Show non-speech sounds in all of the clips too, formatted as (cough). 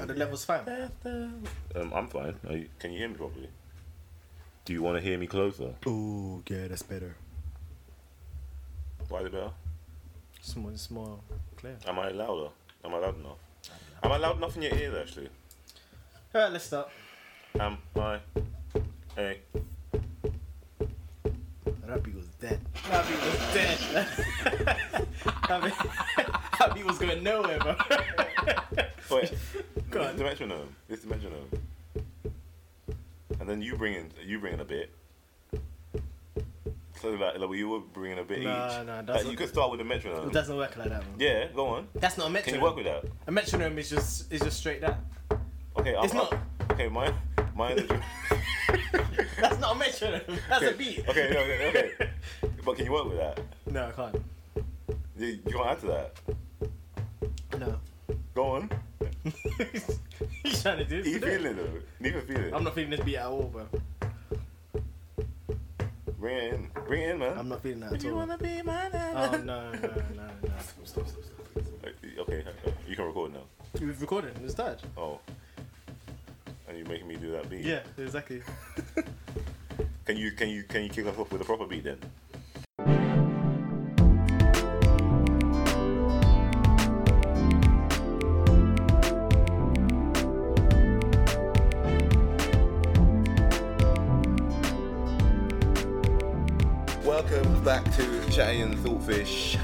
Are the levels fine? Um, I'm fine. Are you, can you hear me properly? Do you want to hear me closer? Oh, yeah, that's better. Why the bell? It's more, it's more clear. Am I louder? Am I loud enough? Am I loud enough in your ears, actually? All right, let's start. Am I? Hey. Rappy was dead. Abby was dead. (laughs) Abby, Abby was going nowhere, bro. (laughs) Wait. (laughs) Go this on. is the metronome. This is the metronome. And then you bring in, you bring in a bit. So like, like we were bringing a bit Nah, each. nah, like, that's you not- could start with a It metronome. doesn't work like that, man. Yeah, go on. That's not a metronome. Can you work with that? A metronome is just is just straight that. Okay, I'm, It's not- I'm- okay, mine, mine. (laughs) Is That's not a metronome. That's a okay, beat. okay, okay, okay. But can you work with that? (laughs) No, I can't. You, you can't add to that. (laughs) No. Go on. you trying to do Need it? a feeling though. Need a feeling. I'm not feeling this beat at all, bro. Bring it in. Bring it in, man. I'm not feeling that at all. be my Oh no, no, no, no. Uh, Okay, you can record now. We've recorded. It's started. Oh. And you're making me do that beat. Yeah, exactly. Can you can you can you kick us off with a proper beat then? Welcome back to Chatty and Thoughtfish.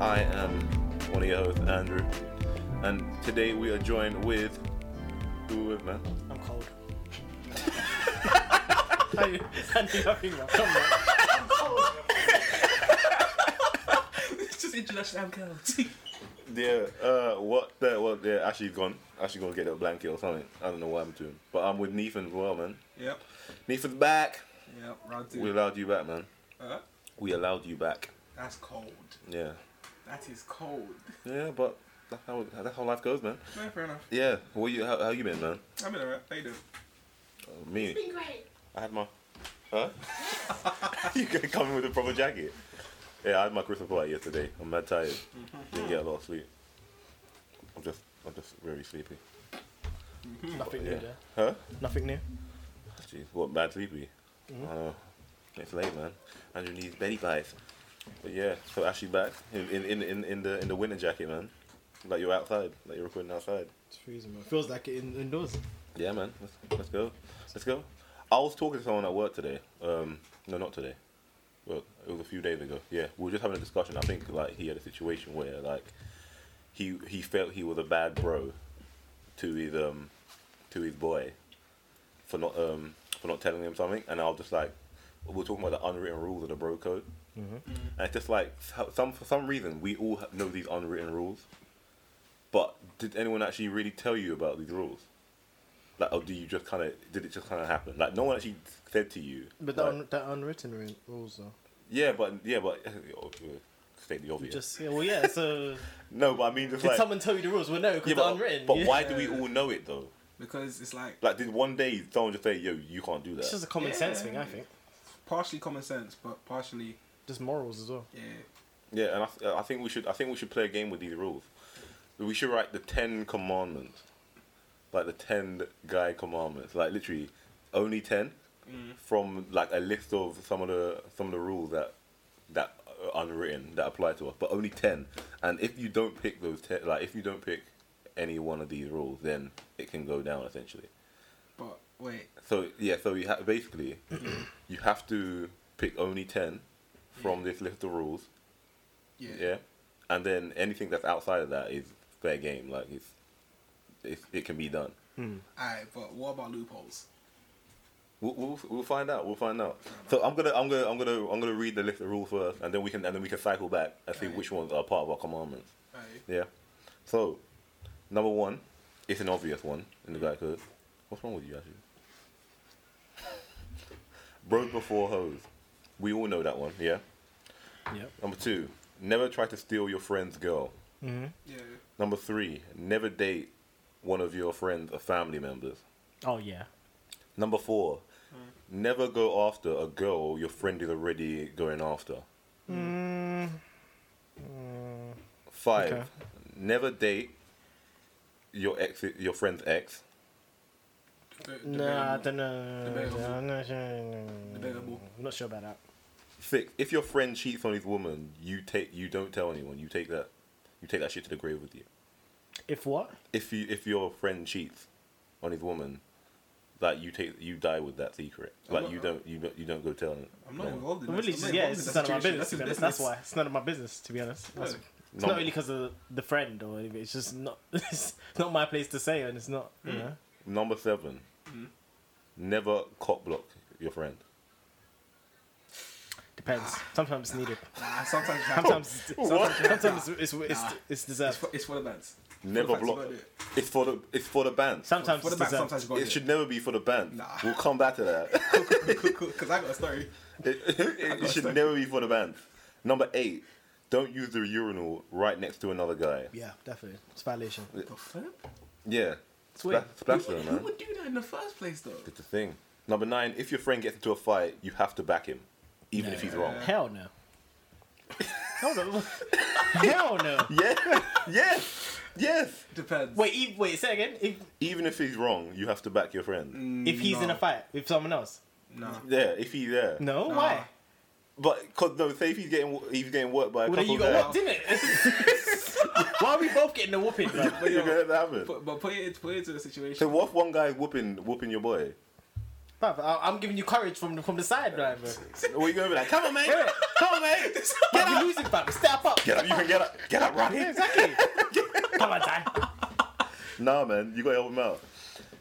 I am one of your hosts, Andrew, and today we are joined with who we with man? I'm cold. Are you? And you're laughing now. Come on. It's just international alcohol. (laughs) Yeah, uh, what the, well, yeah, actually gone. Actually gonna get a blanket or something. I don't know what I'm doing. But I'm with Nathan as well, man. yep. Nathan's back. Yep. Round We two. allowed you back, man. Huh? We allowed you back. That's cold. Yeah. That is cold. Yeah, but that's how, that's how life goes, man. No, fair enough. Yeah. What you, how, how you been, man? I'm in alright. How you doing? Uh, me. It's been great. I had my. Huh? (laughs) you gotta come in with a proper jacket. Yeah, I had my Christmas party yesterday. I'm mad tired. Didn't get a lot of sleep. I'm just, I'm just very sleepy. Nothing Yeah. new there. Huh? Nothing new. Jeez, what bad sleepy. I know. It's late, man. Andrew needs belly bites. But yeah, so Ashley back in in, in, in, in the in the winter jacket, man. Like you're outside, like you're recording outside. It's freezing, man. Feels like it in, indoors. Yeah, man. Let's, let's go. Let's go. I was talking to someone at work today. Um, no, not today. Well, it was a few days ago. Yeah, we were just having a discussion. I think like he had a situation where like he he felt he was a bad bro to his um to his boy for not um for not telling him something, and I was just like, we we're talking about the unwritten rules of the bro code, and it's just like so- some for some reason we all ha- know these unwritten rules, but did anyone actually really tell you about these rules? Like, or do you just kind of did it just kind of happen? Like, no one actually said to you. But that, like, un- that unwritten ru- rules, though. yeah, but yeah, but (laughs) state the You obvious. just yeah, well, yeah. (laughs) So no, but I mean, just did like someone tell you the rules? Well, no, because yeah, they're but, unwritten. But yeah. why do we all know it though? Because it's like Like, did one day someone just say, "Yo, you can't do that"? (laughs) It's just a common Yeah. sense thing, I think. partially common sense, but partially Just morals as well. yeah. Yeah, and I, th- I think we should. I think we should play a game with these rules. We should write the Ten Commandments, like the Ten Guy Commandments, like literally only 10 from like a list of some of the some of the rules that that are unwritten that apply to us, but only ten. And if you don't pick those ten, like if you don't pick any one of these rules, then it can go down essentially. But wait, So yeah, so you ha- basically you have to pick only ten from this list of rules. yeah. Yeah, and then anything that's outside of that is fair game. Like it's, it's it can be done. Alright, but what about loopholes? We'll, we'll, we'll find out. We'll find out. So I'm gonna I'm gonna I'm gonna I'm gonna read the list of rules first, and then we can and then we can cycle back and see Alright. which ones are part of our commandments. Alright. Yeah. So number one, it's an obvious one in the guy code. What's wrong with you, (laughs) actually? Bros before hoes. We all know that one. Yeah. Yep. Number two, never try to steal your friend's girl. Yeah. Number three, never date one of your friends or family members. Oh yeah. Number four, never go after a girl your friend is already going after. Five, Okay. never date your ex, your friend's ex. The- the Nah, I variable. don't know. Debatable. I'm not sure. Debatable. I'm not sure about that. Six. If your friend cheats on his woman, you take you don't tell anyone. You take that, you take that shit to the grave with you. If what? If you if your friend cheats on his woman, that you take you die with that secret. I'm Like not- you don't you don't you don't go tell. I'm not involved in that. Really, I'm not yeah, involved in it's that none of my situation. business. To his be honest. That's why it's none of my business. To be honest, That's- No. it's No. not really because of the friend or anything, it's just not. (laughs) It's not my place to say, and it's not. You know, Number seven. Mm-hmm. Never cock block your friend. depends. Sometimes it's needed. Nah, (laughs) sometimes it happens. Sometimes, it's- sometimes, sometimes it's, it's, it's, Nah. it's It's deserved. for, it's for the bands. Never facts, you block. gotta do it. It's for the it's for the band. Sometimes For the it's bands, deserved. sometimes you got it (laughs) should never be for the band. Nah. We'll come back to that. (laughs) Because I got a story. It, it, it should never be for the band. Number eight, don't use the urinal right next to another guy. Yeah, definitely. It's violation. The flip? Yeah. Spla- weird. splash who, them, who man. would do that in the first place, though? It's a thing. Number nine, if your friend gets into a fight, you have to back him, even if he's wrong. Hell no. Hold on. (laughs) Hell no. Yeah. (laughs) yes. Yes. Depends. Wait, e- wait, say again. If Even if he's wrong, you have to back your friend. if he's in no. a fight with someone else, No. Yeah, if he's there. no, Nah. why? But cause no, say if he's getting he's getting worked by a Well, then couple you got there, whooped, didn't it? (laughs) why are we both getting the whooping? Bro? But (laughs) you're gonna have to have it. But, but put it put it to a situation. So what if one guy whooping whooping your boy? Bruv, I- I'm giving you courage from the, from the side, right, bro? What are you gonna be like? Come (laughs) on, mate. Come on, mate. Get up. You're losing, fam. Step up. Get up. You can get up. Get up, Yeah, Ronnie. exactly. (laughs) Come on, Dan. Nah, man, you gotta help him out.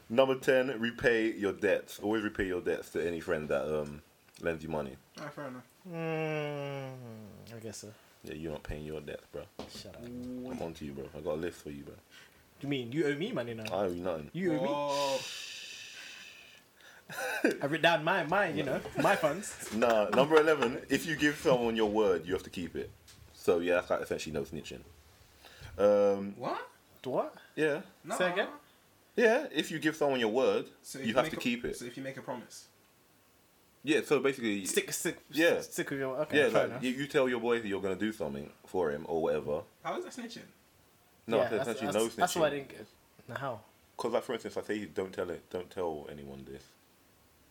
Number ten, repay your debts. Always repay your debts to any friend that um lends you money. Ah, fair enough. Mm, I guess so. Yeah, you're not paying your debts, bro. Shut up. I'm on to you, bro. I got a list for you, bro. You mean you owe me money now? I owe you nothing. You owe me. Whoa. I wrote down my my you know my funds. (laughs) Nah, number eleven. If you give someone your word, you have to keep it. So yeah, that's like essentially no snitching. Um, What? What? yeah, No. Say again? yeah. If you give someone your word, if you have make to a- keep it. So if you make a promise. Yeah. So basically, Stick stick. Yeah. Stick with your. Okay. yeah, fair like enough. you, you tell your boy that you're gonna do something for him or whatever. How is that snitching? No, Yeah, I said essentially no snitching. That's why I didn't get. Now how? Because, like, for instance, I say you don't tell it, don't tell anyone this.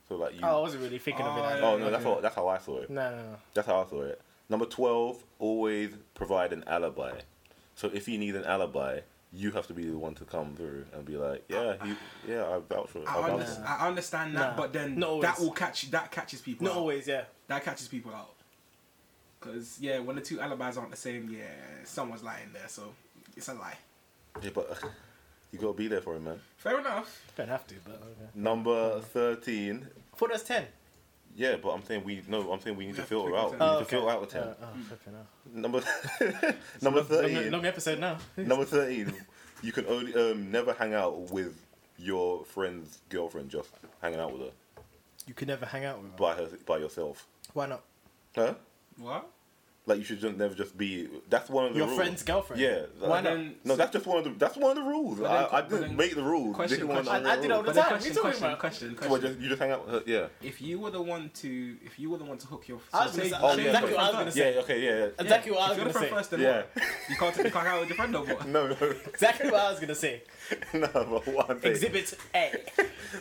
So, like, you. Oh, I wasn't really thinking of it. Like Oh, that. no, that's how that's how I saw it. No, no, no. That's how I saw it. Number twelve, always provide an alibi. So if you need an alibi, you have to be the one to come through and be like, yeah, he, yeah, I vouch for it. I I, vouch under- for it. I understand that, Nah. but then Not always. that will catch that catches people. Not out. always, yeah. That catches people out. Cause yeah, when the two alibis aren't the same, yeah, someone's lying there, so it's a lie. Yeah, but (laughs) you gotta be there for him, man. Fair enough. Don't have to, but okay. Number thirteen. Four that's ten. Yeah, but I'm saying we no. I'm saying we need to have to filter pick out. the We ten. need Oh, to filter out the ten. Uh, oh, flipping hell. Number (laughs) number Long, thirteen. long episode now. Number thirteen, you can only um, never hang out with your friend's girlfriend. Just hanging out with her You can never hang out with her. by her by yourself. Why not? Huh? What? Like you should just never just be. That's one of the Your rules. friend's girlfriend. Yeah. Why like- not? Then- No, that's just one of the. That's one of the rules. then- I, I but didn't then- make the rules. Question, This is one of the question. I, I did it all rules. the But then time. What are question, you talking about? question, question, So what, question. just- you just hang out. With her, yeah. If you were the one to, if you were the one to hook your, I was so gonna say- say- Oh say yeah. you're Exactly the what I was friend gonna first. yeah. Okay. Yeah. yeah. Exactly what I If was you're gonna the friend say. first, then Yeah. what? You can't you can't hang out with your friend no more. (laughs) No, no, Exactly what I was gonna (laughs) say. no. But what I'm saying, Exhibit A.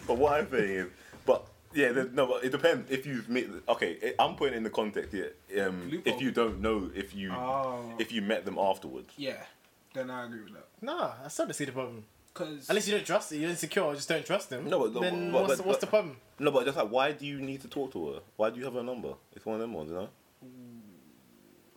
but what I'm saying is, but yeah, there's, no, but it depends if you've met. Okay, it, I'm putting it in the context here. Um, Loophole. if you don't know if you Oh. if you met them afterwards, Yeah, then I agree with that. Nah, I still don't see the problem. Cause Unless you don't trust it, you're insecure, or just don't trust them. No, but- but- then but- what's, but- what's but- the problem? no, but just like, why do you need to talk to her? Why do you have her number? It's one of them ones, you know.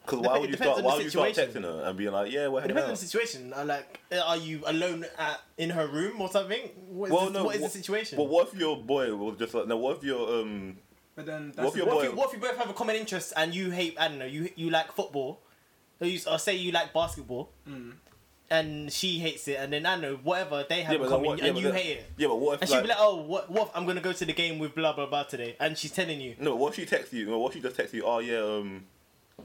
Because why Dep- would it you depends start? on the Why would you start texting situation. her and being like, yeah, we're It hanging depends on the out? situation. Uh, Like, uh, are you alone at in her room or something? What is, Well, this- no, what is wha- the situation? But what if your boy was just like, no, what if your um, but then what that's if your the- what, boy? if you, what if you both have a common interest and you hate? I don't know. You you like football, or, you, or say you like basketball, and she hates it, and then I don't know whatever they have yeah, in but like, common, what, yeah, and but you that- hate it. Yeah, but what if And she'd like, be like, "Oh, what? What? If I'm gonna go to the game with blah blah blah today," and she's telling you, no, what if she texts you? No, what if she just texts you? Oh yeah, um,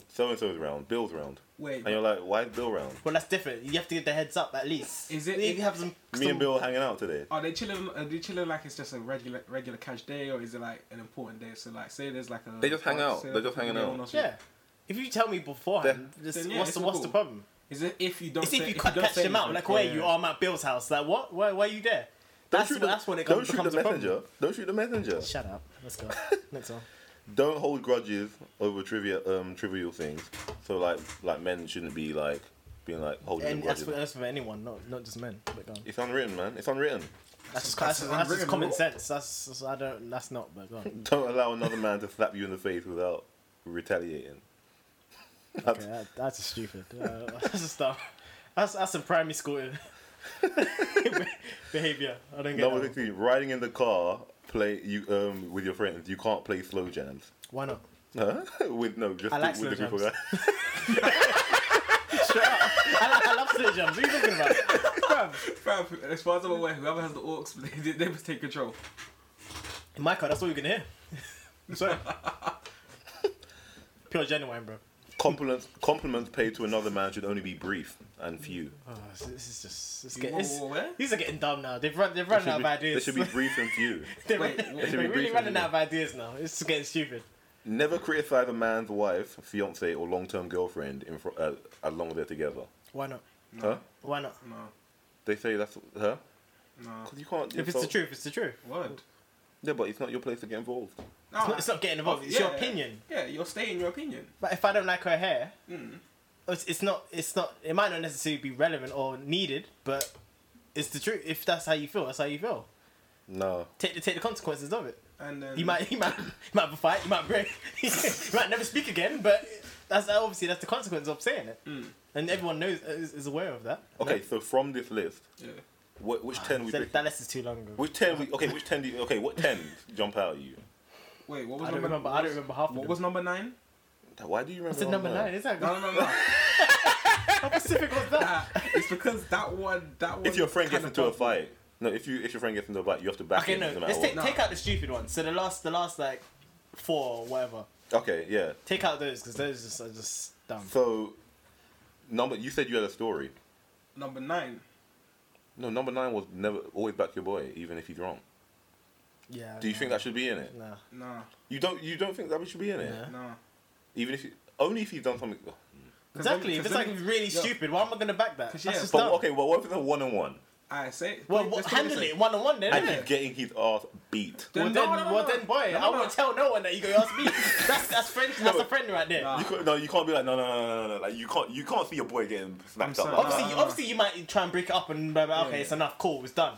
so and so's round, Bill's round, Wait, and you're like, why is Bill round? "Well, that's different. You have to give the heads up at least." Is it- If you have some, Me some- and Bill are hanging out today. are they chilling? Are they chilling like it's just a regular regular cash day, or is it like an important day? So like, say there's like a They just hang out. say They're just hanging everyone out. else- Yeah. If you tell me beforehand, just, Then, yeah, what's it's the all what's cool. the problem? Is it if you don't? It's if say- you can't don't catch say them out, anything, like where yeah. you are, I'm at Bill's house. Like what? Why, why are you there? That's shoot when, the- that's when it Don't comes, shoot the becomes a problem. messenger. Don't shoot the messenger. Shut up. (laughs) Let's go. Next one. don't hold grudges over trivia um trivial things. So like like men shouldn't be like being like holding And grudges. that's for, that's for anyone, not not just men. But go on. it's unwritten, man. It's unwritten. That's just that's, that's That's just unwritten common law. sense. That's, that's I don't. That's not. But go on. Don't allow another man to slap you in the face without retaliating. Okay, that, that's just stupid. Uh, (laughs) that's just stuff. That's that's some primary school (laughs) behavior. I don't get Number that. sixteen, riding in the car, play you um with your friends. You can't play slow jams. Why not? Huh? (laughs) with no, just I like with slow the group of Shut up. I, like- I love slow jams. What are you talking about? Fam, fam, as far as I'm aware, whoever has the aux, (laughs) they, they must take control. In my car, that's all you can hear. (laughs) Sorry. Pure genuine, bro. compliments compliments paid to another man should only be brief and few. Oh, this, this is just. This Whoa, get, this, whoa, whoa, eh? these are getting dumb now. They've run. They've run Should out be- of they ideas. (laughs) should be brief and few. they're Wait, they're what- They should be really brief, running yeah. out of ideas now. It's getting stupid. Never criticize a man's wife, fiance, or long-term girlfriend in fr- uh, as long as they're together. Why not? Huh? Why not? No, They say that's her. no. Because you can't. If it's the truth, it's the truth. Word. Yeah, but it's not your place to get involved. No, It's not, it's not getting involved. It's your yeah. opinion. Yeah, you're stating your opinion. But if I don't like her hair, Mm. it's, it's not. It's not. It might not necessarily be relevant or needed, but it's the truth. If that's how you feel, that's how you feel. No. Take the take the consequences of it. And then You might, you might, you might have a fight. You might break. (laughs) you might never speak again. But that's obviously that's the consequence of saying it, Mm. and everyone knows is, is aware of that. Okay, so from this list, Yeah. what, which ten we That- pick? that list is too long. Ago. Which ten we? Okay, which ten do you? Okay, what ten jump out at you? Wait, what was I don't number? remember. what I don't was- remember half of What them. was number nine? Why do you remember? What's the number all that? nine? Is that No, no, no, no. (laughs) how specific was that? Nah, it's because that one, that one. If your friend gets into kinda a bugged me. fight, no. If you if your friend gets into a fight, you have to back (laughs) Okay, him. no. no matter Let's what. take, take out the stupid ones. So the last, the last like four or whatever. Okay, yeah. Take out those because those just, are just dumb. So number you said you had a story. Number nine. No, number nine was never always back your boy, even if he's wrong. Yeah. Do you think that should be in it? No. Nah, You don't. You don't think that should be in it, No. nah. even if you, only if you've done something. Exactly. If it's like really Yeah. stupid, why am I going to back that? 'Cause That's yeah, just But dumb. okay, well, what if it's a one on one? I say. Well, wait, what, just give me handle this it one on one then. and innit? he's getting his ass beat. Then Well no, then, no, no, well no. then, boy, No, I no. won't tell no one that you go ask (laughs) me. that's that's friend. That's a but- friend right there. Nah. You can't, no, you can't be like no, no, no, no, no, no. Like you can't, you can't see your boy getting I'm snapped sorry. up. Like, Obviously, Nah, you, nah. obviously, you might try and break it up and blah, blah, Yeah, okay, yeah. it's enough. Cool, it's done,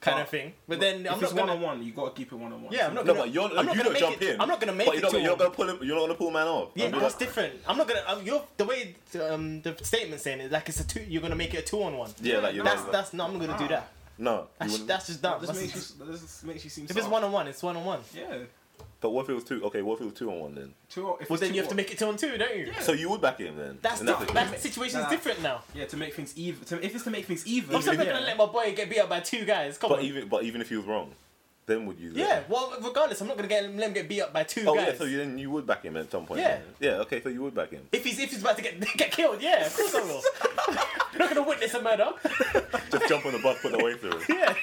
kind But- of thing. But then If I'm it's not gonna. one on one, you gotta keep it one on one. Yeah, I'm not no, gonna. but you're, I'm not you gonna don't make jump it- in. I'm not gonna make but it. You're not, to you're not him. gonna pull him. You're not gonna pull a man off. Yeah, I'd be that's like- different. I'm not gonna. Um, you're, the way um, the statement saying it, like it's a two. You're gonna make it a two on one. Yeah, like you're That's not. that's no. I'm not gonna do Nah. that. no. you That's, wouldn't- that's just Ah. That dumb. just That's- makes you. That just makes you seem. if it's soft. one on one, it's one on one. Yeah. But what if it was two? Okay, what if it was two on one then? Two. If Well, it's then two you have on- to make it two on two, don't you? Yeah. So you would back him then? That's And different. the- That situation's Nah. different now. Yeah, to make things even. To, if it's to make things even. I'm still not yeah. gonna let my boy get beat up by two guys. Come But on. even but even if he was wrong, then would you? yeah. Well, regardless, I'm not gonna get let him get beat up by two Oh guys. yeah. So you, then you would back him at some point. Yeah. then. Yeah. Okay. So you would back him. If he's if he's about to get (laughs) get killed, yeah, of course I will. (laughs) You're not gonna witness a murder. Just jump on the bus, put the way through. Yeah.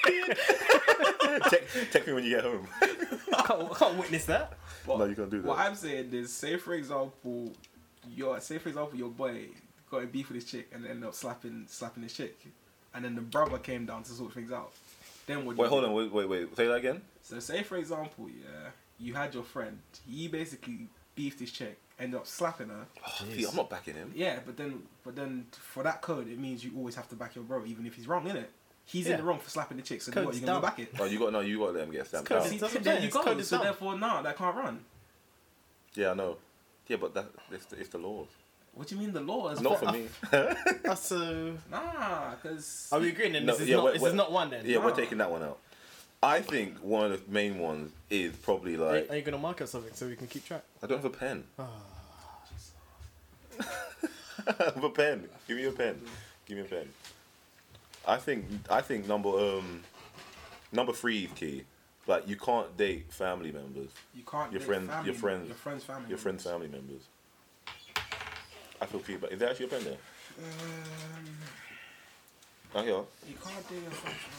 (laughs) text, text me when you get home. I can't, I can't witness that. But No, you can't do that. What I'm saying is, say for example, your say for example your boy got in beef with his chick and ended up slapping slapping his chick, and then the brother came down to sort things out. Then what? do Wait, you hold do? on. Wait, wait, wait. Say that again. So say for example, yeah, you had your friend. He basically beefed his chick, ended up slapping her. See, I'm not backing him. Yeah, but then but then for that code, it means you always have to back your brother, even if he's wrong, innit? He's in Yeah. the wrong for slapping the chick, so then Code's what? You gonna go dumb. back it? Oh, you got no. You got to let him get stamped It's out. crazy. See, doesn't there matter, you it's code go. is So dumb. therefore, nah, that can't run. Yeah, I know. Yeah, but that it's the, it's the laws. What do you mean the law is Not for wrong? me. (laughs) That's uh, Nah, because Are we agreeing? Then No, this is yeah, not we're- this we're- is not one then. yeah, we're Ah. taking that one out. I think one of the main ones is probably Are, like are you gonna mark up something so we can keep track? I don't have a pen. Ah. (laughs) I have a pen. Give me a pen. Give me a pen. I think I think number um number three is key. Like you can't date family members, You can't. Your date friends- family your members- friends- Your friends. Family. your Mm. friends' family members. members. I feel key, but is there actually a pen there? Um, Oh yeah. you can't date your friends. family.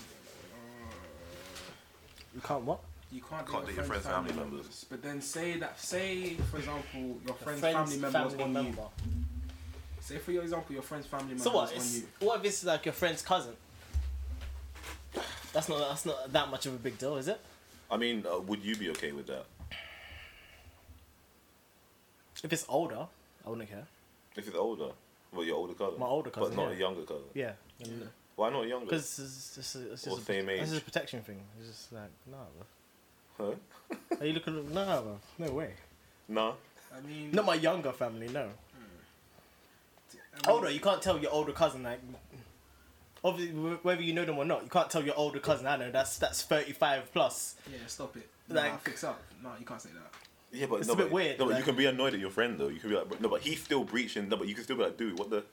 You can't what? You can't, Can't date your friends' family, members. But then say that. Say for example, your friend's, family member was on you. Say for your example, your friend's family member So what? is It's, on you. what if it's like your friend's cousin? That's not that's not that much of a big deal, is it? I mean, uh, would you be okay with that? If it's older, I wouldn't care. If it's older, well, your older cousin. My older cousin, but not yeah. a younger cousin. Yeah, Why not younger? because it's, it's, it's Or just a, same It's age. just a protection thing. It's just like nah, bro. Huh? Are you looking? Nah, bro. No way. Nah. I mean, Not my younger family. No. I mean, Older, you can't tell your older cousin like. Obviously, wh- whether you know them or not, you can't tell your older cousin. I know that's that's thirty five plus. Yeah, stop it. Like, nah, Like- fix up. No, you can't say that. Yeah, but It's no, a bit but, weird, No, but like- you can be annoyed at your friend though. You can be like, but, no, but he's still breaching. No, but you can still be like, dude, what the?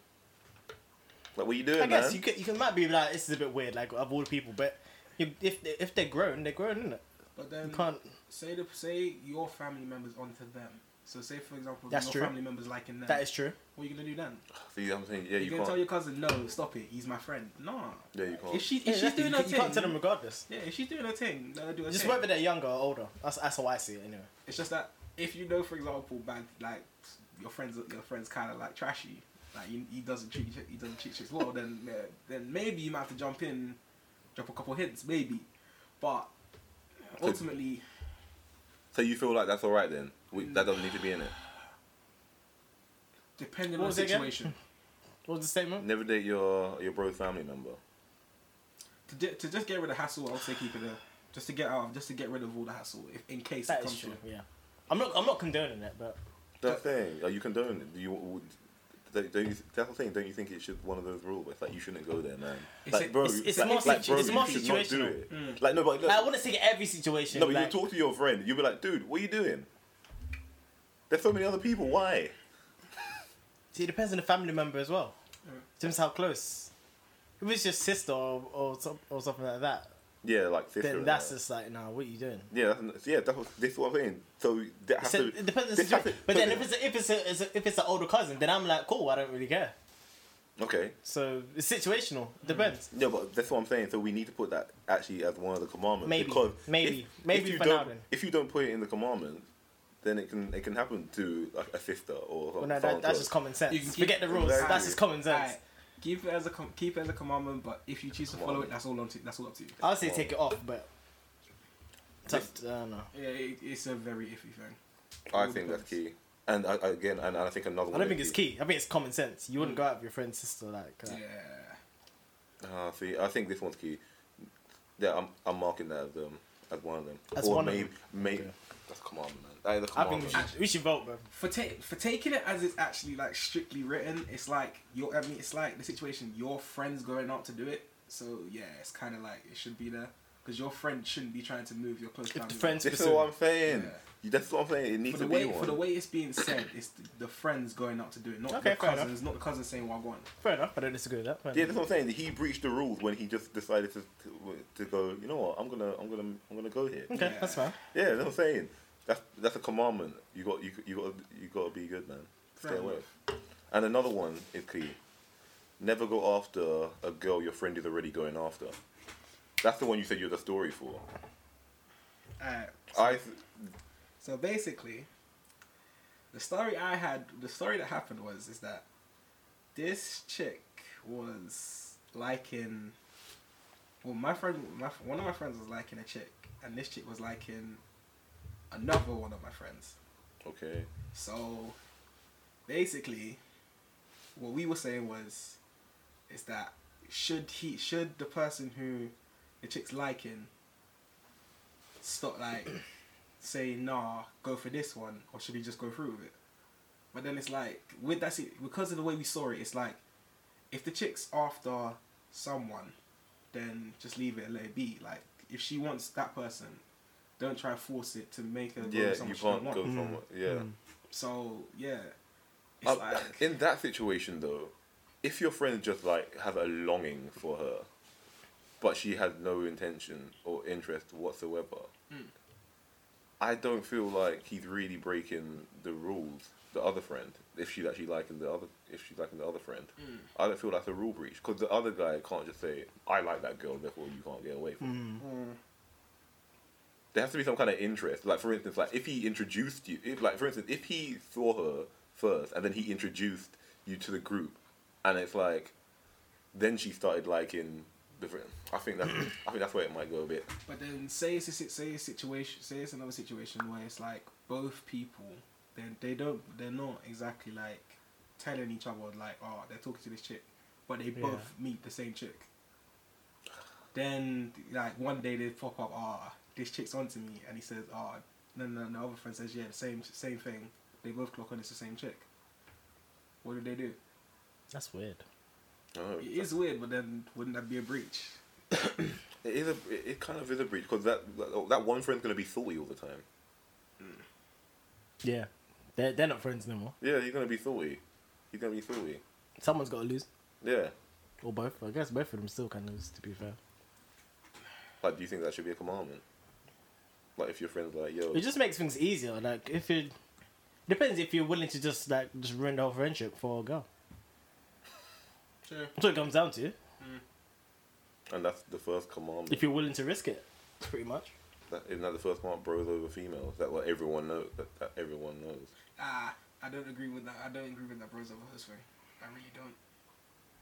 Like, what you doing, I guess man? you could, you could, might be like this is a bit weird, like of all the people, but you, if they- if they're grown, they're grown, isn't it? But You then can't. say the say your family members onto them. So say for example, That's your true. family members liking them. That is true. What are you gonna do then? See, I'm saying, yeah, you you, gonna can't. tell your cousin no? Stop it. He's my friend. Nah. Yeah, you can't. If she if Yeah, she's exactly. doing you, her can- thing, you can't tell them regardless. yeah, if she's doing her thing, let her do her Just thing. whether they're younger or older. That's that's how I see it anyway. It's just that if you know, for example, bad like your friends, your friends kind of like trashy, like he, he doesn't treat he doesn't treat chicks well, then yeah, then maybe you might have to jump in, drop a couple hints, maybe, but ultimately, So you feel like that's all right then? We, that doesn't need to be in it. depending What on the was it again? situation, What was the statement? Never date your your bro's family member. to, ju- to just get rid of hassle, I would say keep it there, just to get out, of, just to get rid of all the hassle, if in case it That comes is true. true. Yeah, I'm not I'm not condoning it, but That's the thing. Are you condoning it? Do you? Would, don't don't you, that's the thing. Don't you think it should one of those rules? where It's like you shouldn't go there, man. It's Like a- bro, it's- it's like, more like, situ- bro, it's more you should not do situational. Mm. it. Like no, but look, like, I want to take every situation. no, but like, you talk to your friend. You'll be like, dude, what are you doing? There's so many other people. Why? see, it depends on the family member as well. Mm. Depends how close. If it's your sister or or, some- or something like that, Yeah, like sister. then and that's that. just like, nah, what are you doing? yeah, that's, yeah. That's what, this is what I'm saying. So that has So, to. it depends on the this has situation. to- But so then if this- it's a, if it's a, it's a- if it's an older cousin, then I'm like, cool, I don't really care. okay, So it's situational. Depends. No, but that's what I'm saying. So we need to put that actually as one of the commandments. Maybe. because Maybe. if, Maybe if you for now don't, then. if you don't put it in the commandments, then it can it can happen to like a sister or Well, some- no, someone that, that's close. just common You can sense. keep- Forget the rules. Exactly. That's just common sense. Alright, Keep it as a com- keep it as a commandment, but if you choose to follow it, Commandment. that's all on to, that's all up to you. I would say take it off, but it's up to- I don't know. Yeah, it, it's a very iffy thing. I think that's key. And I, I- again, and I think another. one I don't is think it's key. I think it's common sense. You wouldn't go out with your friend's sister like. uh, yeah. Ah, see, I think this one's key. Yeah, I'm I'm marking that as um as one of them. As or one of maybe them. maybe Okay. that's a commandment, man. That is a I think we commandment. should, we should vote, bro. for ta- for taking it as it's actually like strictly written, it's like your I mean it's like the situation your friend's going out to do it. So yeah, it's kind of like it should be there because your friend shouldn't be trying to move your close the family. friends- this is what I'm saying. Yeah. You That's what I'm saying. It for needs the to be way one. for the way it's being said, it's the, the friends going out to do it, not Okay, the fair enough. cousins, not the cousins saying what I want. Fair enough. I don't disagree with that. fair Yeah, enough. that's what I'm saying. He breached the rules when he just decided to to, to go. You know what? I'm gonna I'm gonna I'm gonna go here. okay, Yeah. that's fine. Yeah, that's what I'm saying. That's that's a commandment. You got you you got you got to be good, man. Stay Fair away. enough. And another one is key. Never go after a girl your friend is already going after. That's the one you said you're the story for. Alright, I th- So basically, the story I had, the story that happened was, is that this chick was liking. Well, my friend, my one of my friends was liking a chick, and this chick was liking another one of my friends. okay. So basically, what we were saying was, is that should he, should the person who the chick's liking, stop like, (clears throat) say nah, go for this one, or should he just go through with it? But then it's like with that se- because of the way we saw it, it's like if the chick's after someone, then just leave it and let it be. Like if she wants that person, don't try and force it to make her go Yeah, with you someone she can't don't want. go from Mm. yeah. So yeah, it's Uh, like (laughs) in that situation though, if your friend just like have a longing for her, but she has no intention or interest whatsoever, Hmm. I don't feel like he's really breaking the rules. The other friend, if she's actually liking the other, if she's liking the other friend, Hmm. I don't feel that's a rule breach because the other guy can't just say I like that girl, therefore you can't get away from. it. There has to be some kind of interest. Like for instance, like if he introduced you, if like for instance, if he saw her first and then he introduced you to the group, and it's like, then she started liking different. I think that I think that's where it might go a bit. But then say it's a, si- say a situation say it's another situation where it's like both people they they don't they're not exactly like telling each other like oh they're talking to this chick, but they both meet the same chick. Then like one day they pop up ah this chick's onto me and he says ah no no no other friend says yeah the same same thing they both clock on it's the same chick. What do they do? That's weird. I don't know. It is weird, but then wouldn't that be a breach? It is a it- it kind of is a breach because that oh, that that one friend's gonna be thoughty all the time. Yeah. They're, they're not friends no more. Yeah, you're gonna be thoughty. You're gonna be thoughty. Someone's got to lose. Yeah. Or both. I guess both of them still can lose, to be fair. Like, do you think that should be a commandment? Like, if your friend's like, yo, It just makes things easier. Like, if you. Depends if you're willing to just, like, just ruin the whole friendship for a girl. Sure. That's what it comes down to. and that's the first commandment. If you're willing to risk it, pretty much. That, isn't that the first one? Bros over females. That what everyone knows. That, that everyone knows. Ah, I don't agree with that. I don't agree with that bros over husband. I really don't.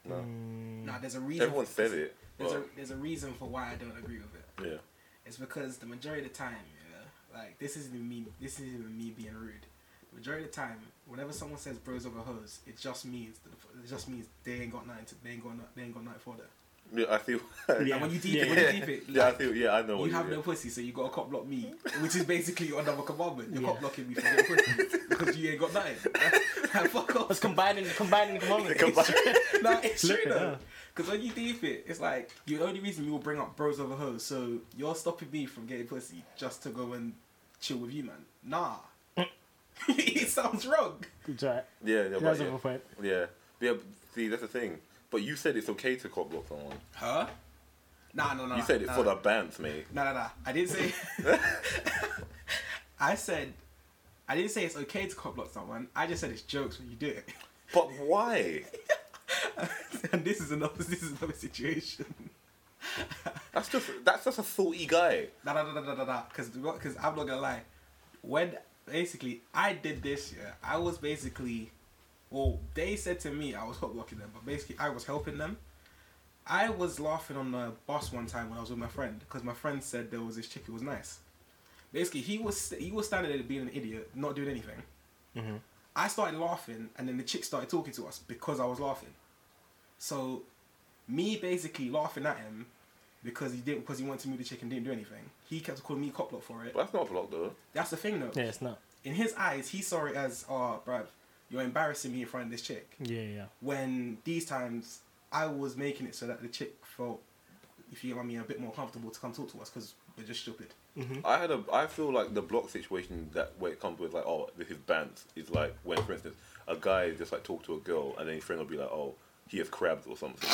No, Mm. Nah, there's a reason. Mm. everyone says it. There's a but- there's a reason for why I don't agree with it. yeah, It's because the majority of the time, yeah, like this isn't even me. This isn't even me being rude. The majority of the time, whenever someone says bros over hoes, it just means that it just means they ain't got nothing. To, they ain't got no, they ain't got nothing for that. yeah, I feel. (laughs) Yeah. Like when you deep Yeah. it, when you deep it, yeah, I like, feel. Yeah, I know. you what have mean. (laughs) no (laughs) pussy, so you got to cop block me, which is basically your another commandment. You're Yeah. cop blocking me for getting pussy because you ain't got nothing. (laughs) Like, fuck off. It's combining, combining the (laughs) moments. no, it's true Flip it, though. huh? Because when you deep it, it's like the only reason you will bring up bros over hoes. So you're stopping me from getting pussy just to go and chill with you, man. Nah, Mm. (laughs) it sounds wrong. It's alright. Yeah, yeah, but That's a yeah, good point. yeah, yeah. but See, that's the thing. But you said it's okay to cop block someone. Huh? Nah, no, no. You said it nah. for the bands, mate. No, no, no. I (laughs) didn't say. (laughs) I said, I didn't say it's okay to cop block someone. I just said it's jokes when you do it. (laughs) But why? and this is another. This is another situation. (laughs) That's just that's just a thoughty guy. da da da da da da because because I'm not gonna lie, when basically I did this, yeah, I was basically, well, they said to me I was hot blocking them, but basically I was helping them. I was laughing on the bus one time when I was with my friend because my friend said there was this chick who was nice. Basically, he was he was standing there being an idiot, not doing anything. I started laughing, and then the chick started talking to us because I was laughing. So, me basically laughing at him because he didn't because he wanted to move the chick and didn't do anything. He kept calling me cop block for it. But that's not a block though. That's the thing though. Yeah, it's not. In his eyes, he saw it as, "Oh, bruv, you're embarrassing me in front of this chick." Yeah, yeah. When these times, I was making it so that the chick felt, if you get me, a bit more comfortable to come talk to us because we're just stupid. Hmm? I had a. I feel like the block situation that where it comes with like, oh, this is banned. Is like when, for instance, a guy just like talk to a girl and then his friend will be like, oh, he has crabs or something.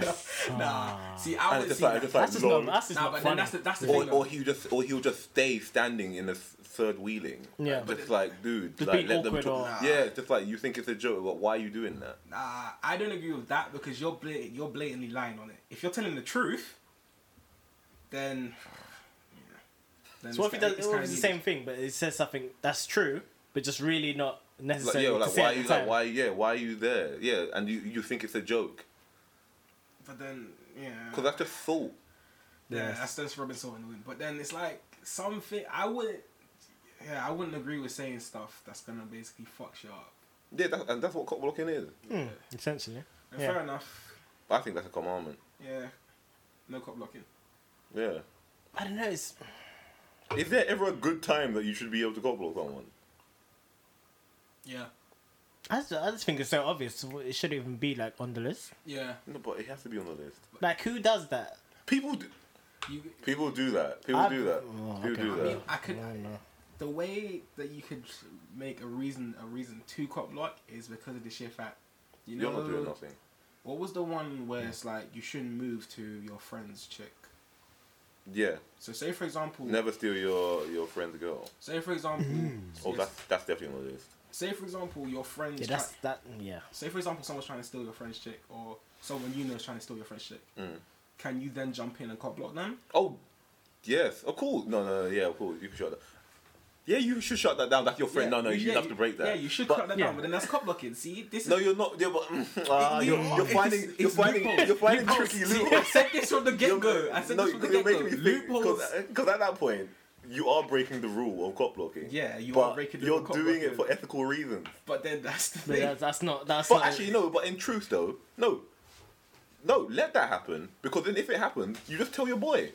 Nah, see, I and would it's just see like, that. it's just like That's just lol. not, that's just nah, not but Ah. funny. then that's the that's the or, thing. or though. he'll just or he'll just stay standing in the s- third wheeling. Yeah. Like, just like dude, Just like being let them awkward talk. or- Yeah, it's just like you think it's a joke, but why are you doing that? Nah, I don't agree with that because you're blatant, you're blatantly lying on it. If you're telling the truth, then. yeah. Then So what if it's it ki- does? it's What if kinda it's the needed. same thing, but it says something that's true, but just really not Like necessary yeah, to like say why at are you the like time. why yeah why are you there yeah and you you think it's a joke But then, yeah. because that's just thought. Yeah, Yes. that's just rubbing salt in the wind. But then it's like something I wouldn't. Yeah, I wouldn't agree with saying stuff that's gonna basically fuck you up. Yeah, that, and that's what cop blocking is. Hmm, essentially. And Yeah. Fair enough. I think that's a commandment. Yeah, no cop blocking. Yeah. I don't know. It's Is there ever a good time that you should be able to cop block someone? Yeah, I just, I just think it's so obvious. It shouldn't even be like on the list. yeah. No, but it has to be on the list. Like who does that? People do, You, people do that. People I- do that. Oh, people okay. do I that. mean, I could. don't know. The way that you could make a reason a reason to cop block is because of the sheer fact. You know, You're not doing nothing. what was the one where it's like you shouldn't move to your friend's chick? Yeah. So say for example, Never steal your your friend's girl. say for example, Mm. Oh, that's that's definitely on the list. say for example, your friend's Yeah, try- that's that. Yeah. Say for example, someone's trying to steal your friend's chick, or someone you know is trying to steal your friend's chick. Mm. Can you then jump in and cop block them? Oh, yes. Oh, cool. No, no, no yeah, cool. You can shut that. Yeah, you should shut that down. That's your friend. Yeah, no, no, you- you yeah, have to break that. Yeah, you should But- cut that yeah. down, but then that's cop blocking. See, this is No, you're not. Yeah, but Ah, (laughs) It- you're, it's- you're finding it's you're finding loopholes. you're finding Loopholes. tricky See, loopholes. I said this from the get go. I said no, this from the you're get making me go. think Loopholes. because at that point you are breaking the rule of cop blocking. Yeah, you but are breaking the You're rule of cop doing it blocking. for ethical reasons. But then that's the But thing. that's, that's not. That's But not actually, no. But in truth, though, no, no. Let that happen because then if it happens, you just tell your boy,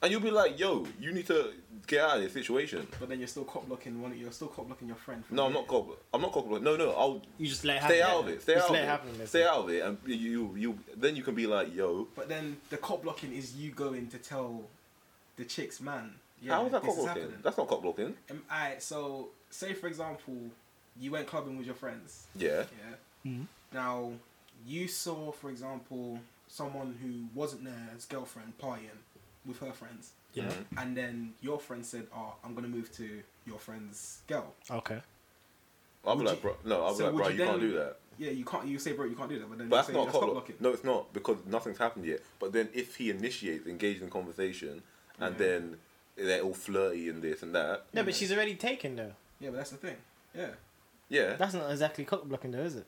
and you'll be like, "Yo, you need to get out of this situation." But then you're still cop blocking one. You're still cop blocking your friend. No, I'm not cop. I'm not cop. No, no. I'll You just let it happen. stay out of it. Stay Just out let it of happen. it. that's Stay it. out of it, and you, you, you. Then you can be like, "Yo, But then the cop blocking is you going to tell the chick's man. Yeah, how is that this cop is blocking? happening. That's not cop blocking." Um, alright, so say for example, you went clubbing with your friends. Yeah. Yeah. Now, you saw, for example, someone who wasn't there as girlfriend partying with her friends, Yeah. and then your friend said, "Oh, I'm gonna move to your friend's girl." Okay. I'll be Would like, you- bro, no, I'll be so like, would bro, you you can't then- do that. Yeah, you can't. You say, "Bro, you can't do that," but then But you that's say, not a "Just cop stop block. blocking." No, it's not because nothing's happened yet. But then if he initiates, engages in conversation, and Yeah. then they're all flirty and this and that. No, but she's already taken though. Yeah, but that's the thing. Yeah. Yeah. That's not exactly cock blocking though, is it?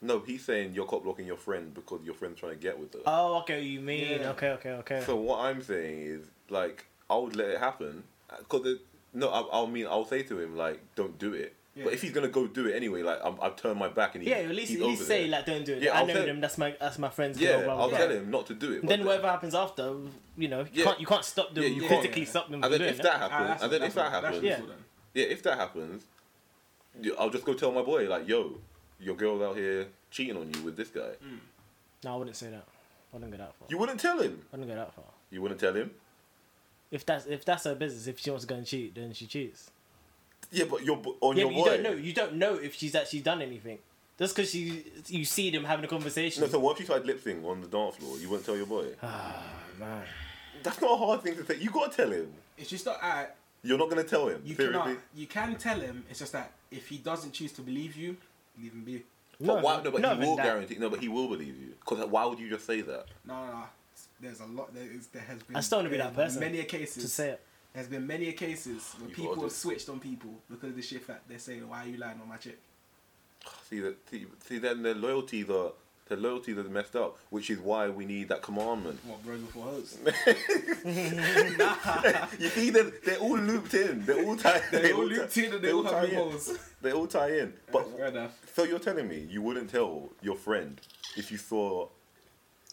no, he's saying you're cop blocking your friend because your friend's trying to get with her. Oh, okay. You mean Yeah. okay, okay, okay. So what I'm saying is, like, I would let it happen because no, I, I'll mean I'll say to him like, don't do it. Yeah. But if he's gonna go do it anyway, like I'm, I've turned my back and he, yeah, at least he's at least over say there. like don't do it. Yeah, I I'll know tell- them. That's my that's my friend's yeah, girl. Blah, blah, I'll blah. tell him not to do it. And but then whatever happens after, you know, you Yeah. can't you can't stop them. Yeah, you can't. physically stop them. And from then doing if that it. Ah, happens, that's- and then that's if that what- that's happens, what Yeah. it's all then. yeah, if that happens, yeah, I'll just go tell my boy like, yo, your girl's out here cheating on you with this guy. no, I wouldn't say that. I wouldn't go that far. You wouldn't tell him. I wouldn't go that far. You wouldn't tell him. If that's if that's her business, if she wants to go and cheat, then she cheats. Yeah, but you're b- on yeah, your but you boy. don't know. You don't know if she's actually done anything. Just because you you see them having a conversation. No, so what if you tried lip sync on the dance floor? You wouldn't tell your boy. man. That's not a hard thing to say. You gotta tell him. It's just not. alright, You're not gonna tell him. you seriously. cannot. You can tell him. It's just that if he doesn't choose to believe you, leave him be. But why? No, but not he even will that. guarantee. No, but he will believe you. Because why would you just say that? No, no, no. There's a lot. There, is, there has been. I still wanna be that there's person Many a cases. To say it. There's been many a cases where You people gotta have do- switched on people because of the shit that they're saying, "Why are you lying on my chick?" See that? See, see then their loyalties are their loyalties are messed up, which is why we need that commandment. What bros before hoes? You see, they're, they're all looped in. They're all tied. They all looped ti- in and they all have tie in. loopholes. They all tie in. (laughs) But Fair enough. so you're telling me you wouldn't tell your friend if you saw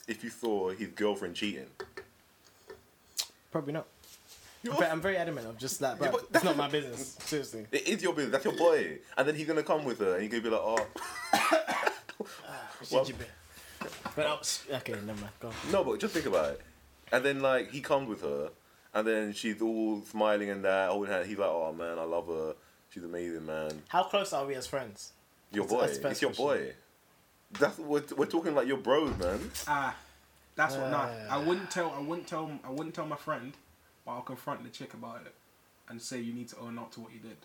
if you saw his girlfriend cheating? Probably not. You're- I'm very, I'm very adamant. I'm just like, Yeah, bro, but it's that's- not (laughs) my business. Seriously. It is your business. That's your boy. And then he's gonna come with her, and you're gonna be like, oh. Well- Ginger beer. But I was, okay, never mind. Go on. No, but just think about it. And then like he comes with her, and then she's all smiling and that holding hand. He's like, "Oh man, I love her. She's amazing, man. How close are we as friends? Your That's- boy. that's the best It's your question. boy." That's we're, we're talking like your bros, man. Ah, that's what. Nah, Uh. I wouldn't tell. I wouldn't tell. I wouldn't tell my friend, but I'll confront the chick about it and say you need to own up to what you did.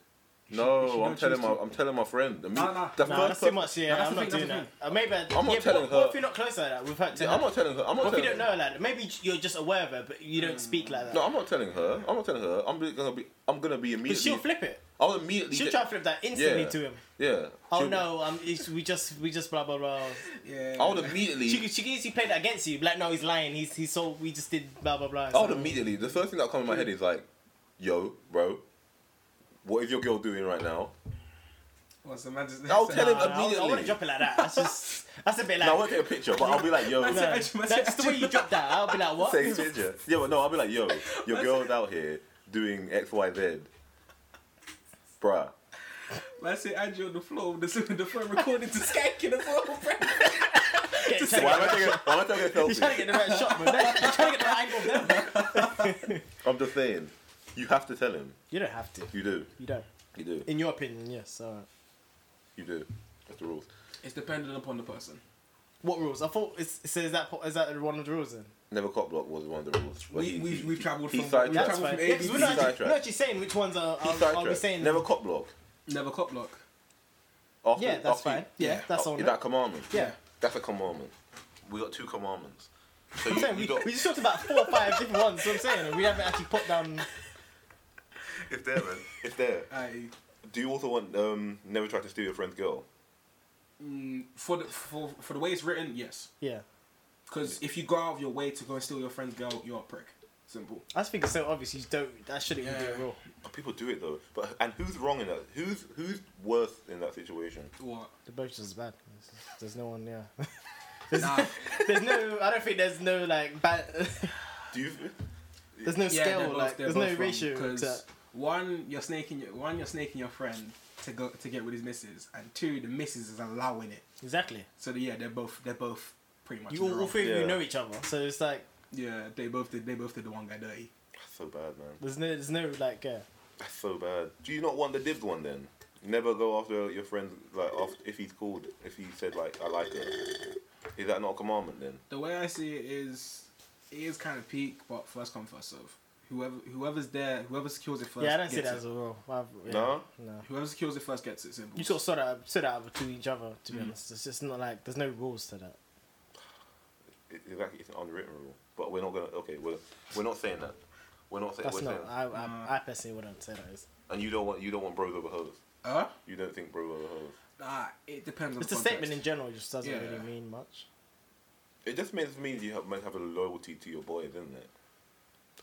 If she- No, if she don't I'm telling choose my to- I'm telling my friend. I mean, Nah, nah. the No, Nah, first that's too person- much. Yeah, No, that's I'm the not thing, doing that. that's Uh, maybe I'm not telling what, her. What if you're not close like that with her? To Yeah, her? I'm not telling her. I'm not What if telling you don't her. know her like that? Maybe you're just aware of her, but you don't speak like that. No, I'm not telling her. I'm not telling her. I'm be- gonna be. I'm gonna be but immediately. she'll flip it. I'll immediately. She'll get- try to flip that instantly Yeah. to him. Yeah. Oh She'll- no, um, it's, we just we just blah blah blah. Yeah. I would immediately. She, could- she can easily play that against you. Like no, he's lying. He's he's so we just did blah blah blah. I would immediately. Oh, The first thing that comes in my head is like, "Yo, bro, what is your girl doing right now?" What's the man's name? (laughs) I'll tell Nah, him nah, I would- I immediately. wouldn't drop it like that. That's just that's a bit like. No, I won't take a picture, but I'll be like, "Yo, No, Imagine- imagine- (laughs) that's the way you drop that. I'll be like, what? take a picture." Yeah, but no, I'll be like, "Yo, your girl's out here doing X, Y, Z, (laughs) bruh." Let's say Andrew on the floor with the, (laughs) with the phone recording to skanking as well, bro. Get taken. Why am I taking? Why am I taking a You're selfie? trying to get the right shot, man. You're trying to get the right angle. man. I'm just saying, you have to tell him. You don't have to. You do. You don't. You do. In your opinion, yes. All right. You do. That's the rules. (laughs) It's dependent upon the person. What rules? I thought it's, so. Is that is that one of the rules then? Never cop block was one of the rules. but We- he- we've- he- we've travelled he from- sidetracked. we've That's travelled fine. from Yeah, 'cause we're, not ABC. actually, we're not actually saying which ones are. He Are, are we sidetracked. saying? Never cop block. Never cop block. After- Yeah, that's after you- fine. Yeah, yeah. that's Oh, all. Is right. that a commandment? Yeah. That's a commandment. We got two commandments. (laughs) So I'm you, saying you we, got, we just talked about four or five different ones. So I'm saying we haven't actually put down. It's there, man. It's there. I Do you also want um, never try to steal your friend's girl? mm, for the for, for the way it's written, yes. Yeah. Because if you go out of your way to go and steal your friend's girl, you're a prick. Simple. I just think it's so obvious. You don't. That shouldn't even be Yeah. a rule. But people do it though. But and who's wrong in that? Who's who's worse in that situation? What? The boat is bad. There's- There's no (laughs) one. Yeah. (laughs) Nah. there's no. I don't think there's no like. Bad, Do you? (laughs) there's no they're scale. both- like. they're There's no both wrong, ratio. to- 'cause one, you're snaking your one, you're snaking your friend to go to get with his missus, and two, the missus is allowing it. exactly. So yeah, they're both they're both pretty much. You in all, the all wrong. three of Yeah. you know each other, so it's like Yeah, they both did. They both did the one guy dirty. That's so bad, man. there's no. There's no like. uh, Yeah. That's so bad. Do you not want the divs one then? Never go after your friend like after, if he's called if he said like I like her. Is that not a commandment then? The way I see it is, it is kind of peak, but first come first serve. Whoever whoever's there, whoever secures it first. yeah. I don't see gets that it. as a rule. I've- yeah, No? No. Whoever secures it first gets it. Simple. You sort of saw that. Saw that out to each other. Hmm. To be honest, it's just not like there's no rules to that. It, it's like it's an unwritten rule. But we're not gonna. Okay, we're we're not saying that. We're not saying. That's we're not. saying, I, I, Nah. I personally wouldn't say that is. and you don't want you don't want bros over hoes. Huh? You don't think bros over hoes. Uh, Nah, it depends on It's the a statement in context. general. It just doesn't Yeah. really mean much It just means means you have, must have a loyalty to your boys, isn't it?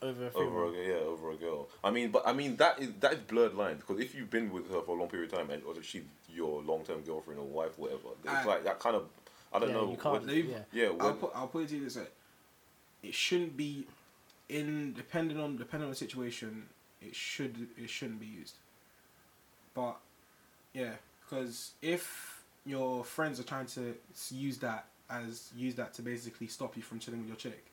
over a few. Over a rules. yeah, over a girl. I mean, but I mean that is that is blurred lines because if you've been with her for a long period of time and or she's your long term girlfriend or wife, whatever, it's Aye. like that kind of. I don't Uh, Yeah, know. you can't- what- Leave- yeah. yeah, I'll what- put I'll put it to you this way. It shouldn't be in depending on depending on the situation. It should it shouldn't be used. But yeah, because if your friends are trying to s- use that as use that to basically stop you from chilling with your chick,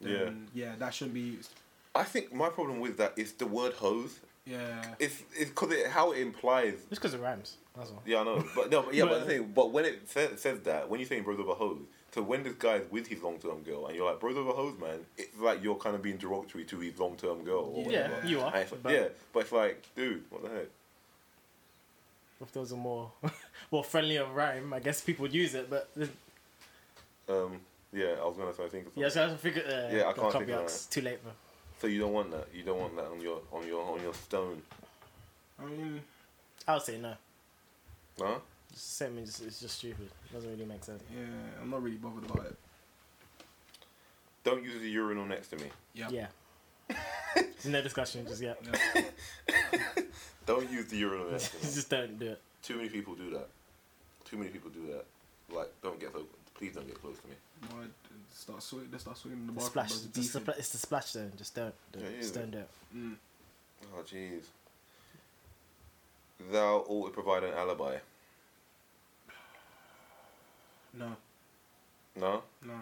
then yeah, that shouldn't be used. I think my problem with that is the word hose. Yeah, It's it's because it, how it implies. Just because it rhymes. That's all. Yeah, I (laughs) know, but no, but yeah, but But- the thing, but when it says, says that, when you're saying bros over hose, so when this guy's with his long term girl and you're like bros over hose, man, it's like you're kind of being derogatory to his long term girl. Or Yeah, whatever. you are. And it's like- but yeah, but it's like, dude, what the heck? If there was a more, (laughs) more friendlier rhyme, I guess people would use it. But (laughs) Um, yeah, I was gonna say, I think. Of something. yeah, so I have to figure. Uh, Yeah, I can't that can't be think of asked. Too late, bro. So you don't want that. You don't want that on your on your on your stone, I mean, I would say no. huh? Just say it's, it's just stupid. doesn't really make sense. yeah, I'm not really bothered about it. Don't use the urinal next to me. Yeah, Yeah. (laughs) There's no discussion. Just yeah. Don't use the urinal next to me. (laughs) (laughs) just don't do it. Too many people do that. Too many people do that. Like, don't get so. Please don't get close to me. Why- start swing, let's start swinging in the The bathroom. splash. bros, Just the, beefing. pla- it's the splash zone. Just don't. Do Yeah, it. yeah, Just yeah. don't do it. Mm. Oh jeez. Thou ought to provide an alibi. No, No, no.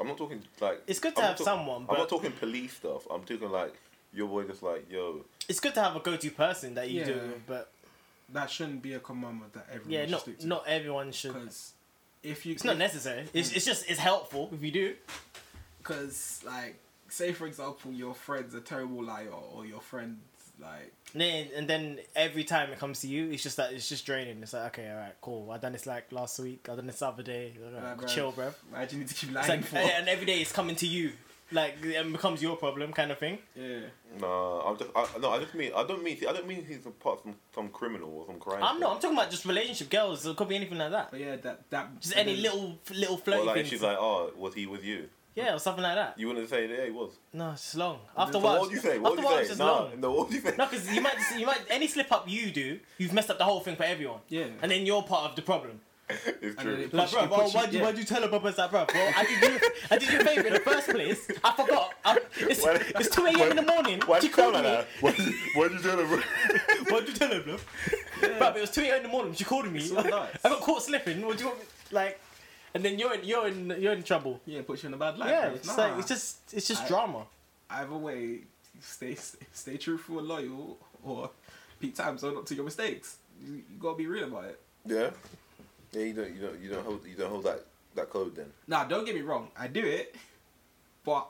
I'm not talking like. It's good to I'm not have someone, I'm but- not talking police stuff. I'm talking like your boy just like yo. It's good to have a go-to person that you do, Yeah. it, but that shouldn't be a commandment that everyone yeah, should not stick to. not everyone should. because Mm. if you It's not if- necessary. It's, it's just it's helpful if you Mm. do. because like say for example your friend's a terrible liar or your friend's like And then, and then every time it comes to you, it's just that it's just draining. It's like okay, all right, cool. I done this like last week. I done this other day. Like, Right, bruv. chill, bro. why do you need to keep It's lying like, for and, and every day it's coming to you, like and becomes your problem, kind of thing. yeah Nah, I'm just. I, no, I just mean. I don't mean. I don't mean he's a part from some criminal or some crime. I'm not. I'm talking about just relationship girls. It could be anything like that. but yeah that that Just any that is- little little Or flirty like if things. she's like, oh, was he with you? yeah, or something like that. You wouldn't say, yeah, he was. No, it's long. After a So while, what would you say? What after would a while, you it's say? just No, long. no, what would you say? No, (laughs) because you might, just, you might, any slip up you do, you've messed up the whole thing for everyone. Yeah. And then you're part of the problem. It's And then true. it- Like, Push- bro, it oh, puts you- why'd you, yeah. why'd you tell about that, bro? Well, I did you, I did you a favor in the first place. I forgot. I, it's, Why- it's 2 a.m. in the morning. Why'd she you call her called me. that? Why'd you- why'd you tell her? (laughs) bro? Why'd you tell her, bro? Bro, it was 2 a.m. in the morning. She called me. It's all nice. (laughs) I got caught slipping. What do you want me, like, and then you're in, you're in, you're in trouble. yeah it puts you in a bad light Yeah, bro. it's Nah. like, it's just, it's just I- drama. either way stay stay truthful and loyal or peak times own up to your mistakes you, you gotta be real about it Yeah. Yeah, you don't, you don't, you don't hold, you don't hold that, that code then. now don't get me wrong I do it but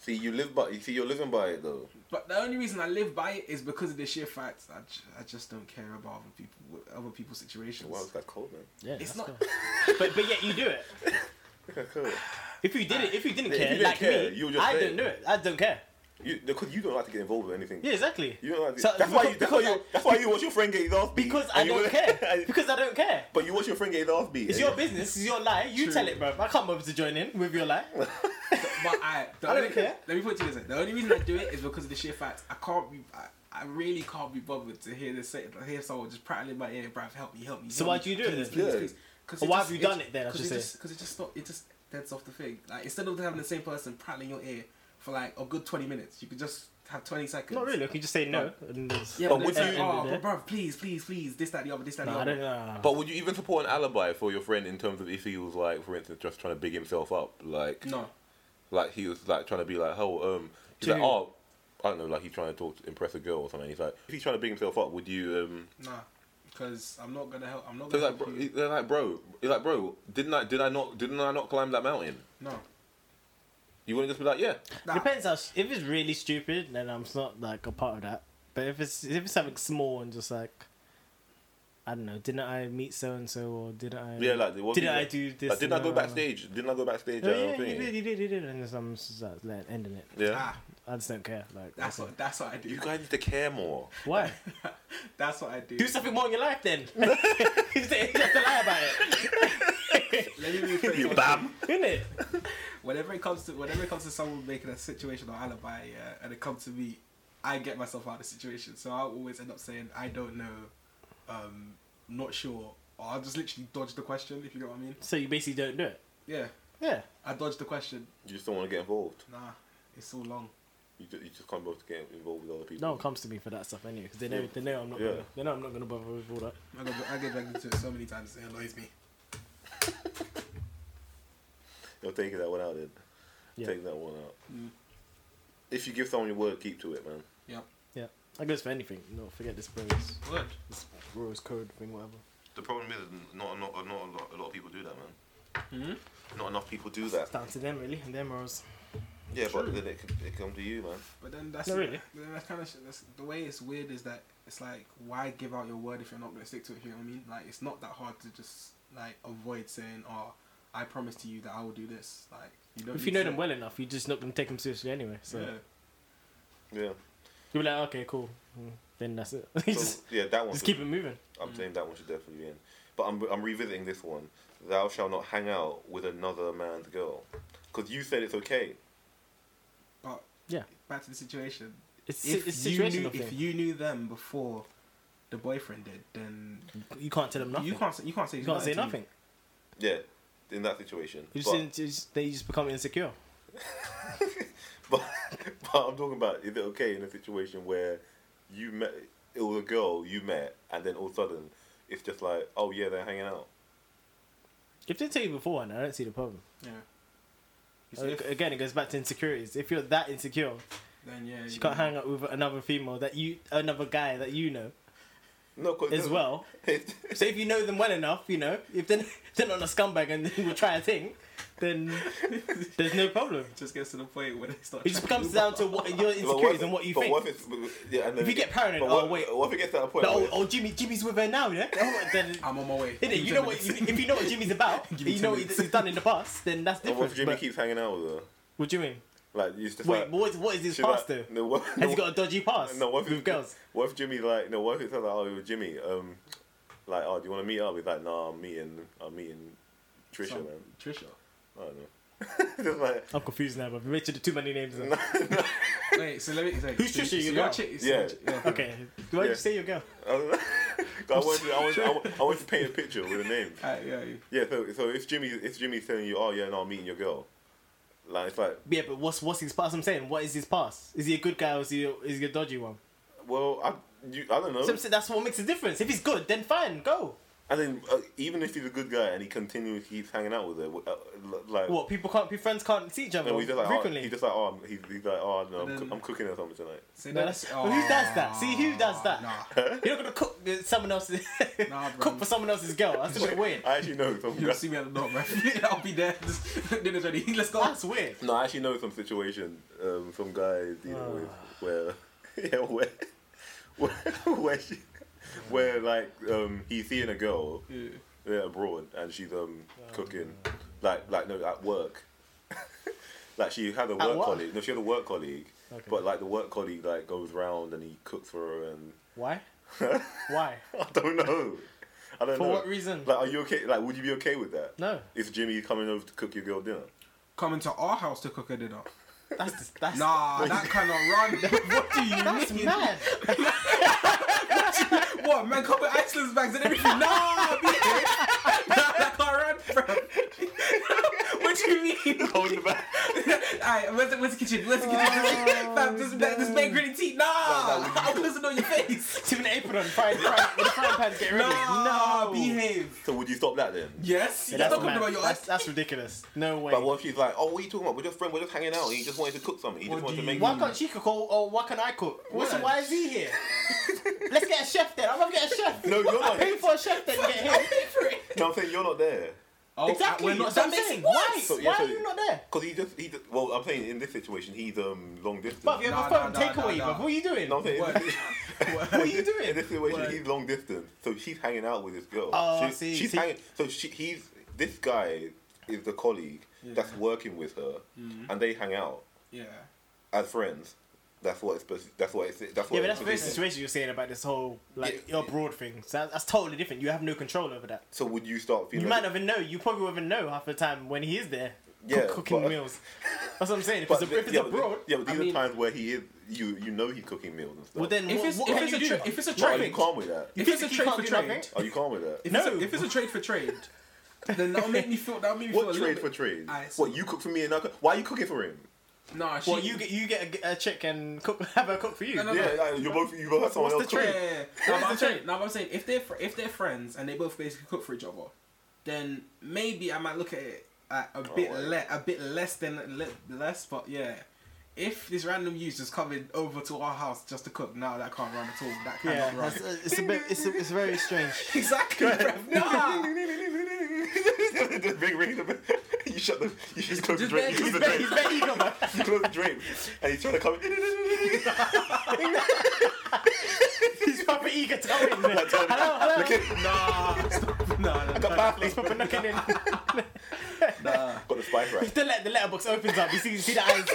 See, you live by, you see, you're living by it though. But the only reason I live by it is because of the sheer fact I, ju- I just don't care about other people other people's situations. Wow, it's got cold, man. Yeah, it's that's not- cool. (laughs) but, but yet you do it. It's got cold. If you did it, if you didn't Yeah, if care, you didn't like care, me, you would just I say don't it. do it. I don't care. You, because you don't like to get involved with anything. Yeah, exactly. You don't like to, So- that's, why you, that's, because- why you, because that's why you watch your friend get his ass beat. Because I and you (laughs) don't wanna- care. Because I don't care. But you watch your friend get his ass beat. It's and your business. It's your lie. You True. tell it, bro. I can't bother to join in with your lie. But (laughs) I, the I don't only- care. Let me put it to you this: way. the only reason I do it is because of the sheer fact I can't be, I, I really can't be bothered to hear this, say, hear someone just prattling in my ear, bruv, help me, help me. So help why me, do you do it please, then? please, Yeah. please." 'Cause Or it why just- have you done it then, I 'cause should it say? Because it just not, it just deads off the thing. Like instead of having the same person prattling your ear for like a good twenty minutes, you could just have twenty seconds. Not really. You can just say no. And But Yeah, but, would would you? you- Oh, but bruv, please, please, please, this, that, the other, this, that, the no, I other. don't know. But would you even support an alibi for your friend in terms of if he was like, for instance, just trying to big himself up, like, No, like he was like trying to be like, oh, um, he's To like, who? oh, I don't know, like he's trying to talk to impress a girl or something. He's like, if he's trying to big himself up, would you? um no, because I'm not gonna help. I'm not so gonna he's like, help bro, you. they're like, bro, he's like, bro, didn't I, did I not, didn't I not climb that mountain? No, You wouldn't just be like, yeah, Nah. Depends how. If it's really stupid, then I'm not like a part of that. But if it's if it's something small and just like, I don't know, didn't I meet so and so or didn't I? yeah, like, what Um, didn't people- I do this? Like, didn't I and go that? backstage? Didn't I go backstage? Oh, at yeah, our you thing? did, you did, you did, and then I'm just like, like, ending it. Yeah. Ah, I just don't care. Like, that's okay. what that's what I do. (laughs) You guys need to care (laughs) more. (laughs) why? That's what I do. do something more in your life then. (laughs) you have to lie about it, (laughs) Let me (laughs) rephrase You what- bam. isn't it? Whenever it comes to whenever it comes to someone making a situation or alibi, yeah, and it comes to me, I get myself out of the situation. So I always end up saying I don't know, um, not sure, or I'll just literally dodge the question. If you get what I mean? So you basically don't do it. Yeah, Yeah. I dodged the question. You just don't want to get involved. Nah, it's all long. You just, you just can't be able to get involved with other people. No one comes to me for that stuff anyway because they know Yeah. they know I'm not Yeah. gonna, they know I'm not gonna bother with all that. I go I get dragged into it so many times. It annoys me. You're taking that one out then. Yeah. Take that one out. Mm. If you give someone your word, keep to it, man. Yep. That goes for anything. No, forget this bros, Good. this bros code thing, whatever. The problem is, not not not a lot, a lot of people do that, man. Hmm. Not enough people do that. It's down to them really, and their morals. Yeah, True. but then it, c- it come to you, man. But then that's No, really. Then that's kind of that's, the way it's weird is that it's like why give out your word if you're not going to stick to it? You know what I mean? Like it's not that hard to just like avoid saying, "Oh, I promise to you that I will do this." Like you don't. If need you know to- them well enough, you're just not gonna take them seriously anyway. So yeah. Yeah. you'll be like, okay, cool. Mm, Then that's it. (laughs) You So, just yeah, that one. just should- keep Mm. it moving. I'm saying that one should definitely be in. But I'm I'm revisiting this one. Thou shalt not hang out with another man's girl, because you said it's okay. But Yeah. back to the situation. It's If it's you situational knew, thing. if you knew them before the boyfriend did, then You can't tell them nothing. you can't say- you can't say You can't say to me. nothing. Yeah, in that situation. You just, but, you just- they just become insecure. (laughs) but but I'm talking about is it okay in a situation where you met it was a girl you met and then all of a sudden it's just like oh yeah they're hanging out. If they tell you beforehand, I don't see the problem. Yeah. You see, Ag- if- Again, it goes back to insecurities. If you're that insecure, Then yeah. you can't hang out with another female that you, another guy that you know No, 'cause- (laughs) as well. So if you know them well enough, you know if they're, (laughs) they're not a scumbag and (laughs) they will try a thing, (laughs) then there's no problem. It just gets to the point where they start. It just tracking comes you down to what your But what insecurities if- and what you but think. What if, it's, but- yeah, and then If you it- get paranoid, but what, oh, wait. What if it gets to that point? But, where oh, it's- oh, Jimmy, Jimmy's with her (laughs) now, yeah. Oh, then, I'm on my way. innit, Give me you 10 know what? minutes. If you know what (laughs) Jimmy's about, and Give me you ten know what minutes. he's done in the past, then that's Oh, what different. if Jimmy but- keeps hanging out with her? what do you mean? Like you just Wait, like, but what is, what is his she's like, past though? no, what, Has no, he got a dodgy past? no, what if with it's- girls? What if Jimmy like no? What if it's like oh Jimmy um like oh do you want to meet up? He's like nah I'm meeting I'm meeting Trisha Some- man. (laughs) Trisha. I don't know. (laughs) Just like I'm confused now, but we mentioned too many (laughs) names. (laughs) now. Wait, so let me. Sorry. Who's so, Trisha, so you your know? chick- so Yeah. your chick- yeah. Okay, why did Yeah. you say your girl? I don't know. 'Cause I want you, I want, I want, I want you to paint a picture with a name. Alright, yeah, yeah. Yeah, so so if Jimmy if Jimmy's telling you oh yeah no I'm meeting your girl, like it's like Yeah, but what's what's his past? I'm saying, what is his past? Is he a good guy or is he a, is he a dodgy one? well I you I don't know. So I'm saying that's what makes a difference. If he's good, then fine, go. And then uh, even if he's a good guy and he continues he's hanging out with her w- uh, l- like. What people can't be friends can't see each other No, he's just like, oh, frequently. he's just like, oh, I'm, he's, he's like, oh, no, I'm, And coo- then- I'm cooking or something tonight. So No, that's- well, who does that? See, who does that? Oh, Nah. (laughs) You're not gonna cook uh, someone else's (laughs) Nah, bro. cook for someone else's girl. That's a bit (laughs) weird. I actually know some. You'll see me at the door, man. (laughs) I'll be there. Just, (laughs) dinner's ready. Let's go. That's weird. No, I actually know some situation. Um, some guy is Ah. dealing with where, (laughs) yeah, where, where, where, she, where like um, he's seeing a girl Yeah. Oh, yeah, abroad and she's um cooking, like like no at work. (laughs) Like she had a At work what? colleague. No, she had a work colleague. Okay. But like the work colleague like goes round and he cooks for her and (laughs) Why? Why? I don't know. I don't For know. what reason? Like, are you okay? Like, would you be okay with that? No. Is Jimmy coming over to cook your girl (laughs) dinner? Coming to our house to cook a dinner. That's dis- that's Nah, that (laughs) cannot run. what do you that's mean? mad. What man? Cover Iceland's bags and everything. Nah, be (laughs) that can't run, bro. (laughs) what do you mean? Hold the back. Alright, where's the, where's the kitchen? Where's the kitchen? Oh, (laughs) Fam, this, this, this man gritty teeth. Nah, I'm (laughs) closing on your face. It's even an apron on frying frying the frying pan get ready. Nah, no. behave. So would you stop that then? Yes, Yeah, you're that's, talking mad. about your that's, that's ridiculous. No way. But what if she's like, oh, what are you talking about? We're just friends. We're just hanging out. He just wanted to cook something. He just What wanted do to you- make. Why can't she cook or, or why can I cook? What's, Word. why is (laughs) he here? Let's get a chef then. I'm gonna get a chef. No, you're I not. Oh, pay for a chef then get him. No, I'm saying you're not there. Oh, exactly. We're not, That's what that I'm makes saying. it Why? worse. So- yeah, why so- are you not there? Cause he just, he just. Well, I'm saying in this situation, he's um long distance. But you Nah, have a nah, phone nah, takeaway. nah, bruv. nah. What are you doing? no, I'm saying. in (laughs) What? this- What are (laughs) you In doing? this situation, What? he's long distance, so she's hanging out with this girl. Oh, I She- see, She's see. hanging. So she, he's this guy is the colleague that's Yeah. working with her, Mm-hmm. and they hang out Yeah. as friends. That's what it's. supposed- That's what it's. That's what. Yeah, but it's that's the supposed to be. situation you're saying about this whole like Yeah. your broad thing. So that- that's totally different. You have no control over that. So would you start You feeling? might not even know. You probably won't even know half the time when he is there cook- Yeah, cooking but- meals. That's what I'm saying. If but it's, a, the- if it's yeah, but the- abroad, Yeah, but these I mean, are times where he is. You you know he's cooking meals and stuff. Well, then If what, it's- what if can it's you a do? tra- if it's a What, are traffic- you calm with that? If You it's a think you trade can't for do trade, nothing? Are you calm with that? if, No. it's a, if it's a trade for trade, then that'll make me feel. That'll make me What feel. a trade little for bit- trade? Alright, so- What you cook for me and I cook? Why are you cooking for him? Nah, she. Well, you get you get a, a chick and cook (laughs) have her cook for you. No, no, no. Yeah, like, you're both you both have someone What's else the Yeah, cooking. trade? yeah, yeah. No, but I'm the saying, no, but I'm saying if they're fr- if they're friends and they both basically cook for each other, then maybe I might look at it at Oh, a bit wait. le- a bit less than le- less, but yeah. If this random user's coming over to our house just to cook, no, that can't run at all. That cannot Yeah, run. that's- uh, it's a bit it's, a, it's very strange. exactly, bruv. (laughs) Nah. the big ring, the bell. (laughs) you shut the, you just close the Just drape, you close barely- the (laughs) (laughs) Very- drape, very good, man. (laughs) you close the drape, and he's trying (laughs) to come. in. He's proper eager to come in. Hello, Like, turn- hello. Look at, (laughs) Nah, stop. Nah, nah, got nah, baffling. He's (laughs) proper knocking in. nah. Got the spice (laughs) right. The, let, the letterbox opens up. You see, you see the (laughs) eyes.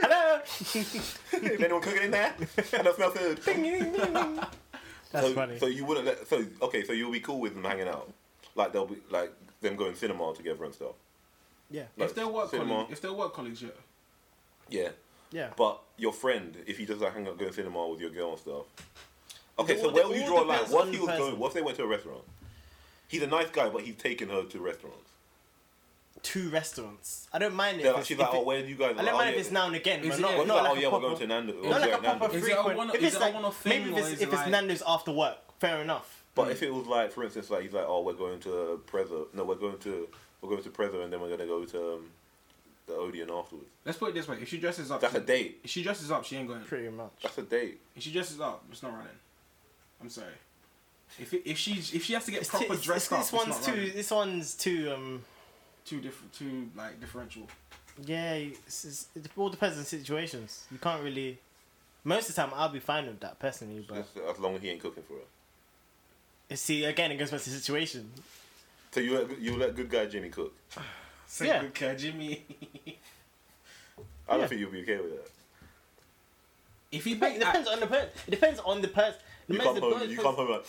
hello. (laughs) Is anyone cooking in there? (laughs) And I smell food. That's so, funny. So you wouldn't let. So okay, so you'll be cool with them hanging out, like they'll be like them going cinema together and stuff. yeah, Like, If they're work cinema. colleagues, if they're work colleagues, yeah. Yeah, yeah. but your friend, if he does like hang out, go to cinema with your girl and stuff. Okay, It so all- where it will you all draw a line? depends What on if he the was going? person. What if they went to a restaurant? He's a nice guy, but he's taking her to restaurants. Two restaurants. I don't mind it. Yeah, like, if it's- she's if like, it- oh, where do you guys? I don't oh, mind yeah. if it's now and again, Is but it- not, Well, What if he's not like, oh like a yeah, we're going to Nando's. proper, not like a proper Is it a frequent. one- if is it's it a like one-off thing, maybe or if it's, is if it it's like- Nando's after work, fair enough. But if it was like, for instance, like he's like, oh, we're going to Prezzo. No, we're going to we're going to Prezzo, and then we're gonna go to um, the Odeon afterwards. Let's put it this way: if she dresses up, That's a she- date. If she dresses up, she ain't going. Pretty much. That's a date. If she dresses up, it's not running. I'm sorry. If it, if she if she has to get It's proper t- it's- dressed this up, one's it's not too. running. This one's too. Um, too different, too like differential. yeah, it's, it's, it all depends on situations. You can't really. Most of the time, I'll be fine with that personally, but That's, as long as he ain't cooking for her. see, again, it goes back to situation. So you let, you let good guy Jimmy cook. Say Yeah. good care, Jimmy. I don't Yeah. think you'll be okay with that. (laughs) if he It baked, depends on the person. It depends on the person. The, You most come home. important You pers- come home like,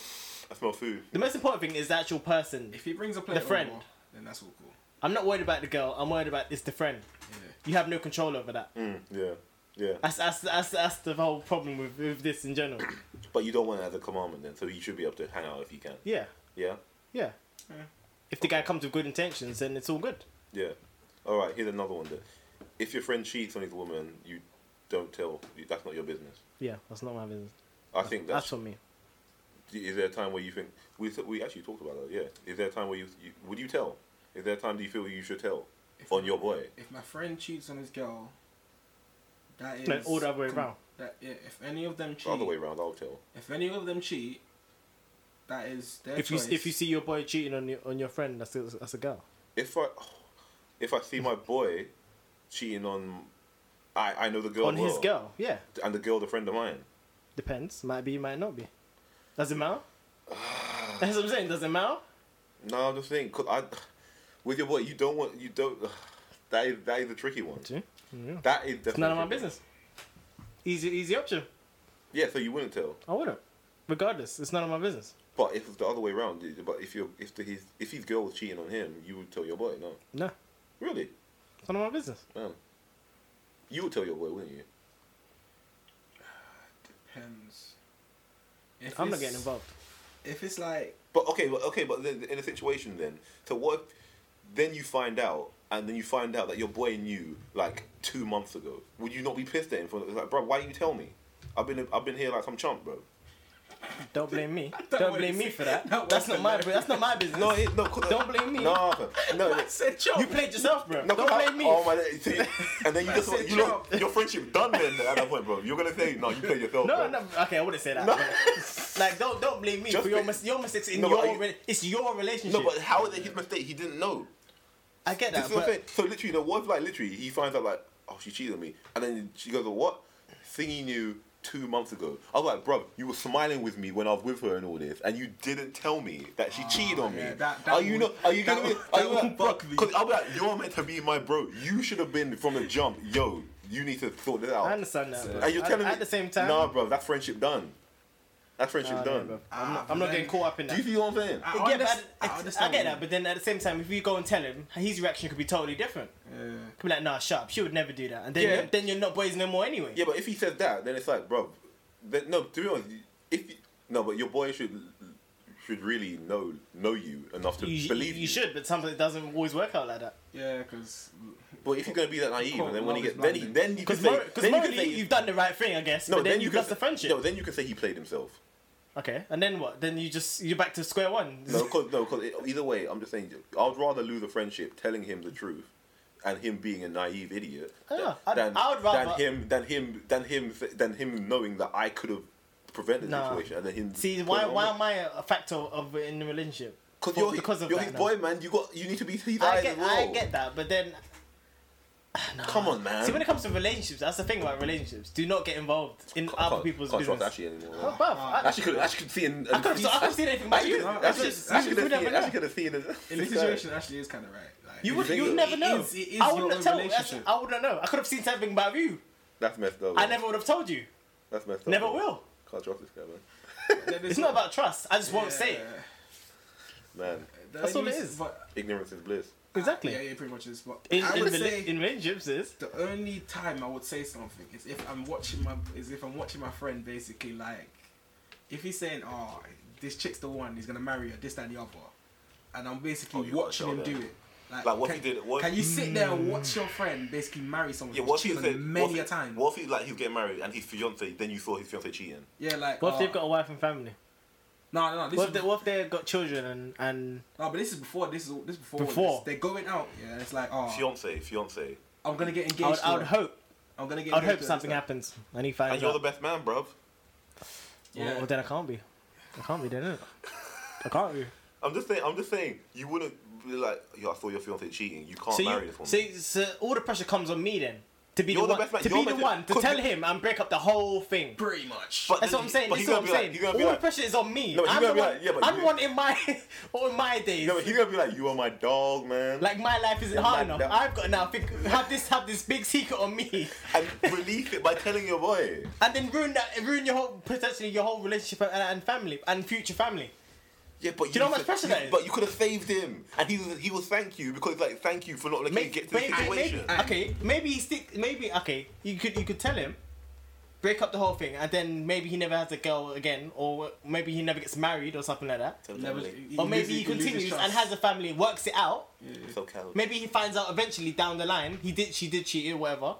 I smell food. the most important thing is the actual person. if he brings a plate, The friend. over, then that's all cool. I'm not worried about the girl. I'm worried about it's the friend. Yeah. You have no control over that. Mm, yeah, yeah. That's that's that's, that's the whole problem with, with this in general. But you don't want it as a commandment then, so you should be able to hang out if you can. Yeah, Yeah, yeah. Yeah. If the guy comes with good intentions, then it's all good. yeah. All right. Here's another one. Then, if your friend cheats on his woman, you don't tell. You- That's not your business. Yeah, that's not my business. I think That's, that's. for me. is there a time where you think we we actually talked about that? Yeah. Is there a time where you, you would you tell? Is there a time do you feel you should tell If- on your boy? If my friend cheats on his girl, that is No, all the other way com- around. That yeah, if any of them The other way cheat, around, I'll tell. if any of them cheat, that is their If you choice. if you see your boy cheating on your on your friend, that's a, that's a girl. If I if I see my boy cheating on, I I know the girl on his well, girl, yeah. and the girl's a friend of mine. Depends. Might be, might not be. Does it matter? (sighs) that's what I'm saying. Does it matter? No, I'm just saying, 'cause I, with your boy, you don't want you don't. That is that is a tricky one. Do you? Yeah. That is It's none definitely of my tricky. business. Easy, easy option. Yeah, so you wouldn't tell. I wouldn't. Regardless, it's none of my business. But if it's the other way around, but if you if the, his if his girl was cheating on him, you would tell your boy. No, No, really, it's none of my business. man. You would tell your boy, wouldn't you? Depends. If I'm it's- not getting involved. If it's like But okay, but okay, but then, in a situation then, so what? If, then you find out, and then you find out that your boy knew like two months ago. Would you not be pissed at him for it's like, bro? Why didn't you tell me? I've been I've been here like some chump, bro. Don't blame me. That Don't was- blame me for that. that that's not wasn't my. that. bu- That's not my business. No, it, no, 'cause- Don't blame me. No, no. no. said chump. you played yourself, bro. No, Don't 'cause I- blame me. Oh my, days. See, and then you just That's it, you know, your friendship done then at that point, bro. You're gonna say no, you play yourself. no, bro. no. Okay, I wouldn't say that. but- like, don't don't blame me Just for your be- mis- your mistakes in No, but your. are you- re- it's your relationship. No, but how is it his mistake? He didn't know. I get This that. is what I'm saying. But So literally, the wife like literally, he finds out like, oh, she cheated on me, and then she goes, oh, what? Thing he knew two months ago. I was like, bro, you were smiling with me when I was with her and all this, and you didn't tell me that she cheated on me. Ah, yeah, that- that are you would- not? Are you that gonna be? would- Are that you would like, bro? fuck me. Because I'll be like, you're meant to be my bro. You should have been from the jump. Yo, you need to sort this out. I understand that. Bro. Are you At- telling at, me the same time? Nah, bro, that friendship done. That friendship Nah, nah, done. bro. Ah. I'm Ah, not, I'm not but getting then- caught up in that. Do you see what I'm saying? I Yeah, but underst- I, I I understand get what you that, but then at the same time, if you go and tell him, his reaction could be totally different. Yeah. Could be like, "Nah, shut up. She would never do that." And then, Yeah. you're, then you're not boys no more anyway. yeah, but if he says that, then it's like, bro, then, no. To be honest, if you, no, but your boy should should really know know you enough to you, you- believe you should, but sometimes it doesn't always work out like that. Yeah, because But if you're gonna be that naive, Quote, and then when he gets, love is then he, blinding. then you can Because say, then you morally, can say, you've done the right thing, I guess. no, but then, you you've can lost say- the friendship. No, then you can say he played himself. okay, and then what? Then you just you're back to square one. No, cause no, 'cause it, either way, I'm just saying, I'd rather lose a friendship telling him the truth, and him being a naive idiot, Yeah, I'd- than, I would rather- than him, than him, than him, than him knowing that I could have prevented the Nah. situation, and then him. See, why why am I a factor of in the relationship? Because For- you're, because because of you're that, his no. boy, man. You got, you need to be his I eyes get as well. I get that, but then. Nah. Come on, man. See, when it comes to relationships, that's the thing about relationships. Do not get involved in I can't- other people's can't business. trust Ashley anymore. Oh, bruv, I- Ashley could, Ashley could see and. I could've- I could've seen anything about you. Ashley That's- Ashley could that's- have we seen. never Ashley could have seen it. in this situation, actually, is kind of right. Like, You would, think you would it- never it know. is- it is I your wouldn't own have told. relationship. I wouldn't know. I could have seen something about you. That's messed up. I man. never would have told you. That's messed up. Never man. will. Can't trust this guy, man. (laughs) It's not about trust. I just won't say it. Man, That's all it is. But, ignorance is bliss. Exactly. Yeah, yeah, pretty much is. But In, I in, would rela- say in relationships is the only time I would say something is if I'm watching my is if I'm watching my friend basically like if he's saying oh this chick's the one he's gonna marry her this that, and the other and I'm Oh, basically you gotta watching tell him do them. it Like, what can, if he did- what- can you sit there and watch your friend basically marry someone Yeah, who's what if he cheated on said many what a if, time What if he's like he's getting married and his fiance, then you saw his fiance cheating? yeah like what if oh, they've got a wife and family? no no no this What is if, they, what if they've got children and and No, but this is before. This is all- this is before. all Before. this. they're going out. Yeah, it's like Ah. oh, Fiance, fiance, I'm gonna get engaged. I would, I would to her. hope I'm gonna get. I would engaged hope to her, something so- happens and he finds and you're the out. best man, bruv. Well, Yeah. well, then I can't be. I can't be then. innit? I can't be. I'm just saying. I'm just saying. You wouldn't be like, yo, I saw your fiance cheating. You can't So marry you this woman. so, so all the pressure comes on me then to be You're the the one best man. to You're be the meant to- one to Cause tell you- him and break up the whole thing. Pretty much. But That's then what I'm he- saying. but This he's is gonna what I'm be like- saying. he's gonna all be the like- pressure is on me. No, but he's I'm the gonna be one. like, yeah, but I'm the you- one in my (laughs) all my days. no, but he's gonna be like, you are my dog, man. like my life isn't Yeah, hard man, enough. that- I've got now think, have this have this big secret on me, and release it by telling your boy. and then ruin that ruin your whole potentially your whole relationship and, and family and future family. Yeah, but you, know how much said- pressure you- that is? But you could have saved him, and he was, he will thank you because like thank you for not letting him Maybe, get to maybe, this situation. maybe, okay, maybe he stick. Maybe okay. You could you could tell him, break up the whole thing, and then maybe he never has a girl again, or maybe he never gets married or something like that. Tell Never- Emily, Or loses- maybe he loses continues trust. and has a family, works it out. "You're so coward." Maybe he finds out eventually down the line he did she did cheat or whatever.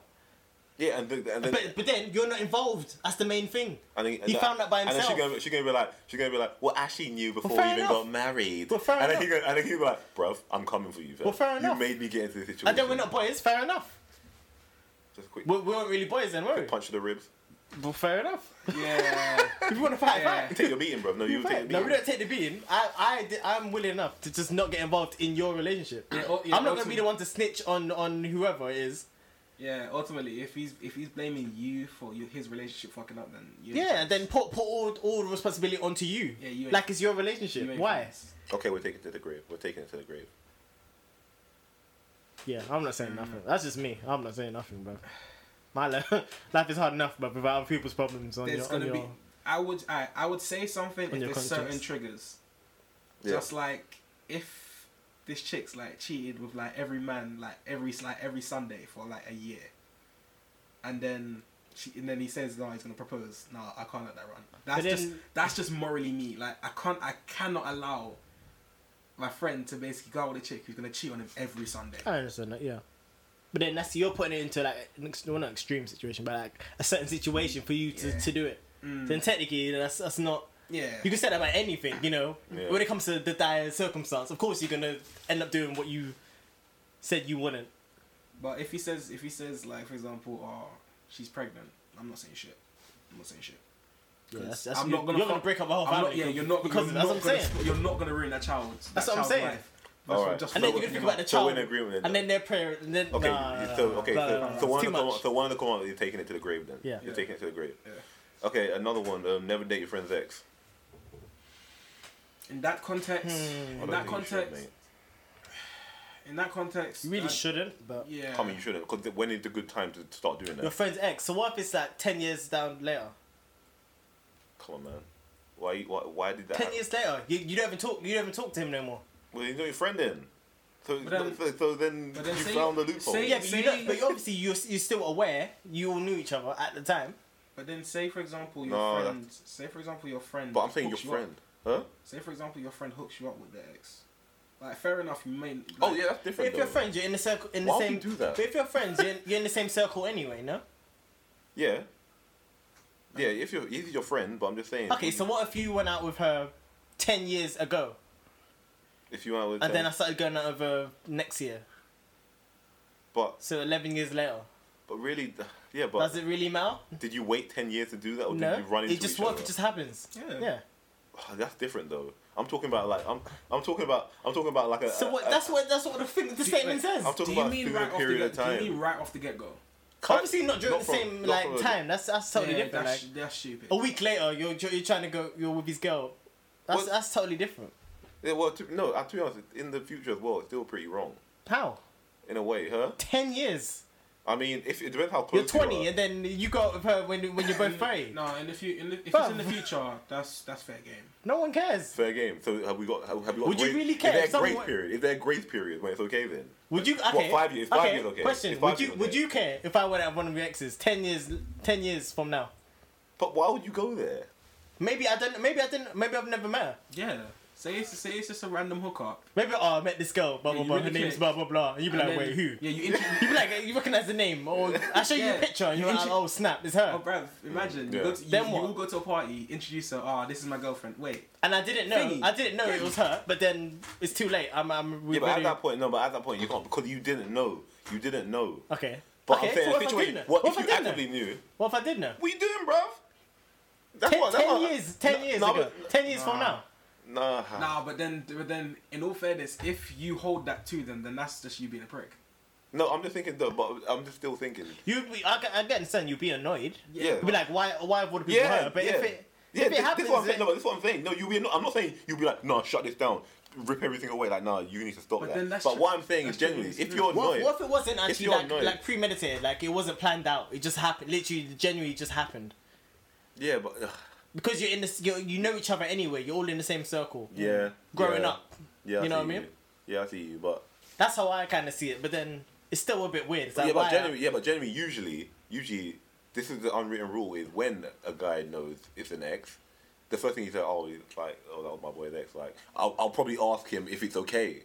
Yeah, and, the, and then But but then you're not involved. That's the main thing. and then, and he that- found out by And then himself. she's gonna, she gonna be like, she's gonna be like, well, Ashley knew before fair we even enough. got married. Well, fair and then he enough. go, and then he'll be like, bruv, I'm coming for you. Fam. Well, fair you enough. made me get into this situation. And then we're not boys. Fair enough. Just a quick We, we weren't really boys then, were we? punch to the ribs. Well, fair enough. (laughs) Yeah. If you want to fight, Yeah. fight. Take your beating, bruv. No, you take your Right. beating. No, we don't take the beating. I, I, di- I'm willing enough to just not get involved in your relationship. Yeah, oh, yeah, I'm not gonna be ultimately- the one to snitch on on whoever it is. yeah. Ultimately, if he's if he's blaming you for your, his relationship fucking up, then you Yeah, and then put put all all the responsibility onto you. Yeah, you ain't- like it's your you relationship. ain't Why? friends. Okay, we're taking it to the grave. We're taking it to the grave. Yeah, I'm not saying Mm. nothing. That's just me. I'm not saying nothing, bro. My life, (laughs) life is hard enough, bro, without other people's problems on There's your on gonna your. be. I would. I, I would say something if On your there's certain conscience. triggers. Yeah. Just like if this chick's like cheated with like every man like every like every Sunday for like a year, and then she and then he says no, he's gonna propose. No, I can't let that run. That's But then- just that's just morally me. Like I can't. I cannot allow my friend to basically go out with a chick who's gonna cheat on him every Sunday. I understand that, yeah. But then that's you're putting it into like an ex- well, not extreme situation, but like a certain situation for you to, Yeah. Mm. to do it. Then technically, you know, that's that's not. Yeah. You can say that about anything, you know. Yeah. When it comes to the dire circumstance, of course you're gonna end up doing what you said you wouldn't. But if he says, if he says, like for example, oh, she's pregnant, I'm not saying shit. I'm not saying shit. Yeah, that's, Yes. that's, I'm you're, not gonna you're fuck- gonna break up a whole I'm family. not, yeah, you're not Oh, because you're that's not what I'm gonna, saying. You're not gonna ruin that child's. that That's what I'm child's saying. life. That's All what- right. just and then for- you're gonna think about the So child, we're in agreement. and then. then their prayer, and then Okay, nah, nah, so nah, okay, nah, so, nah, nah, so it's one too of the com- much. so one of the commands you're taking it to the grave then. Yeah. you're Yeah. taking it to the grave. Yeah. Okay, another one. Um, never date your friend's ex. in that Hmm. context, I in don't that think you should, context, mate. in that context, You really I- shouldn't, but Yeah. I mean, you shouldn't. Because when is the good time to start doing your that? friend's ex. So what if it's like ten years down later? Come on, man. Why? you- Why? Why did that? Ten happen? years later, you, you don't even talk. You don't even talk to him no more. Well, he's not your friend then. So, But then- so, so then, but then you say- found the loophole. say- Yeah, but you See? know, but you obviously you're, you're still aware. You all knew each other at the time. But then, say for example, your No, friend. Say for example, your friend. but I'm saying your hooks you friend, Up. huh? Say for example, your friend hooks you up with their ex. Like fair enough, you may. Like, Oh yeah, that's different. if you're though. friends, you're in the circle. In the Why would same. you do that? But if you're friends, you're in, you're in the same circle anyway. No. Yeah. Yeah, if you're he's your friend, but I'm just saying. Okay, so what if you went out with her ten years ago, if you want, and then I started going out with her next year? but So eleven years later, but really, (sighs) yeah, does but it really matter? did you wait ten years to do that, or No. did you run into It just each what other? if it just happens? Yeah. Yeah. Oh, (sighs) that's different though. I'm talking about like I'm I'm talking about I'm talking about like a. So what? a- That's what. That's what the thing. The Do you- statement wait, says. I'm talking do you about mean through a right off the period of get? Do time. you mean right off the get go? Cut- Obviously not during not the from- same not like from a- time. That's that's totally yeah, different. That's, Like that's stupid. a week later, you're you're trying to go. You're with his girl. That's What- that's totally different. Yeah, well, to, no, uh, to be honest, in the future as well, it's still pretty wrong How? in a way, huh? Ten years. I mean, if it depends how You're close you 20, are. and then you go out with her when when (laughs) you're both married. no. No, in the fu- in the, if it's Bruv. in the future, that's that's fair game. one cares. Fair game. So have we got? Have we got? Would you grace- really care if Is there a grace someone- period? Is there a grace period when it's okay then? Would you? Okay. five years- five years, okay. Question: It's five Would you years, would okay. you care if I went out with one of your exes ten years ten years from now? But why would you go there? Maybe I don't. Maybe I didn't. Maybe I've never met her. Yeah. Say it's say it's just a random hookup. Maybe oh, I met this girl. Blah blah Yeah, you blah. really her name's clicked. blah blah blah. And you'd be And like, then- wait, who? Yeah, you intro- You'd (laughs) be like, you recognize the name, (laughs) or I show you Yeah. a picture, and you're You like, intro- oh snap, it's her. Oh, bruv, imagine Yeah. you, go to, you, Then you what? all go to a party, introduce her. Ah, this is my girlfriend. Wait, And I didn't know. Thingy. I didn't know it was her. But then it's too late. I'm. I'm. we Yeah, but at already- that point, no. But at that point, you can't because you didn't know. You didn't know. okay. But okay. I'm saying, so what the if I did situation- know? what, What, if if you I did know? actively knew? What if I did know? What you doing, bruv? That's Ten, what. That's ten what- years. Ten No, years no, ago. but- ten years from now. Nah. Ah. nah, but then but then in all fairness, if you hold that to them, then that's just you being a prick. No, I'm just thinking though. But I'm just still thinking. You. I, get- I get understand. You'd be annoyed. Yeah. You'd be like, why? Why would people yeah. her? But yeah. if it. Yeah, if it this, happens, this what I'm saying. it- No, but this what I'm saying. No, you be. Not, I'm not saying you'll be like, nah, shut this down, rip everything away. Like, nah, you need to stop But that. then that's but true. what I'm saying That's is true. generally, It's if true. you're what, annoyed, what if it wasn't actually you're like annoyed. like premeditated? Like it wasn't planned out. It just happened. Literally, genuinely just happened. yeah, but ugh, Because you're in this. You're, you know each other anyway. You're all in the same circle. yeah, Growing yeah. up. Yeah, You know see what I mean? Yeah, I see you, but That's how I kind of see it. But then it's still a bit weird. It's like, yeah, but why- generally, yeah, but generally, usually, usually, this is the unwritten rule: is when a guy knows it's an ex, the first thing he says, "Oh, it's like, oh, that was my boy's ex." Like, I'll, I'll probably ask him if it's okay,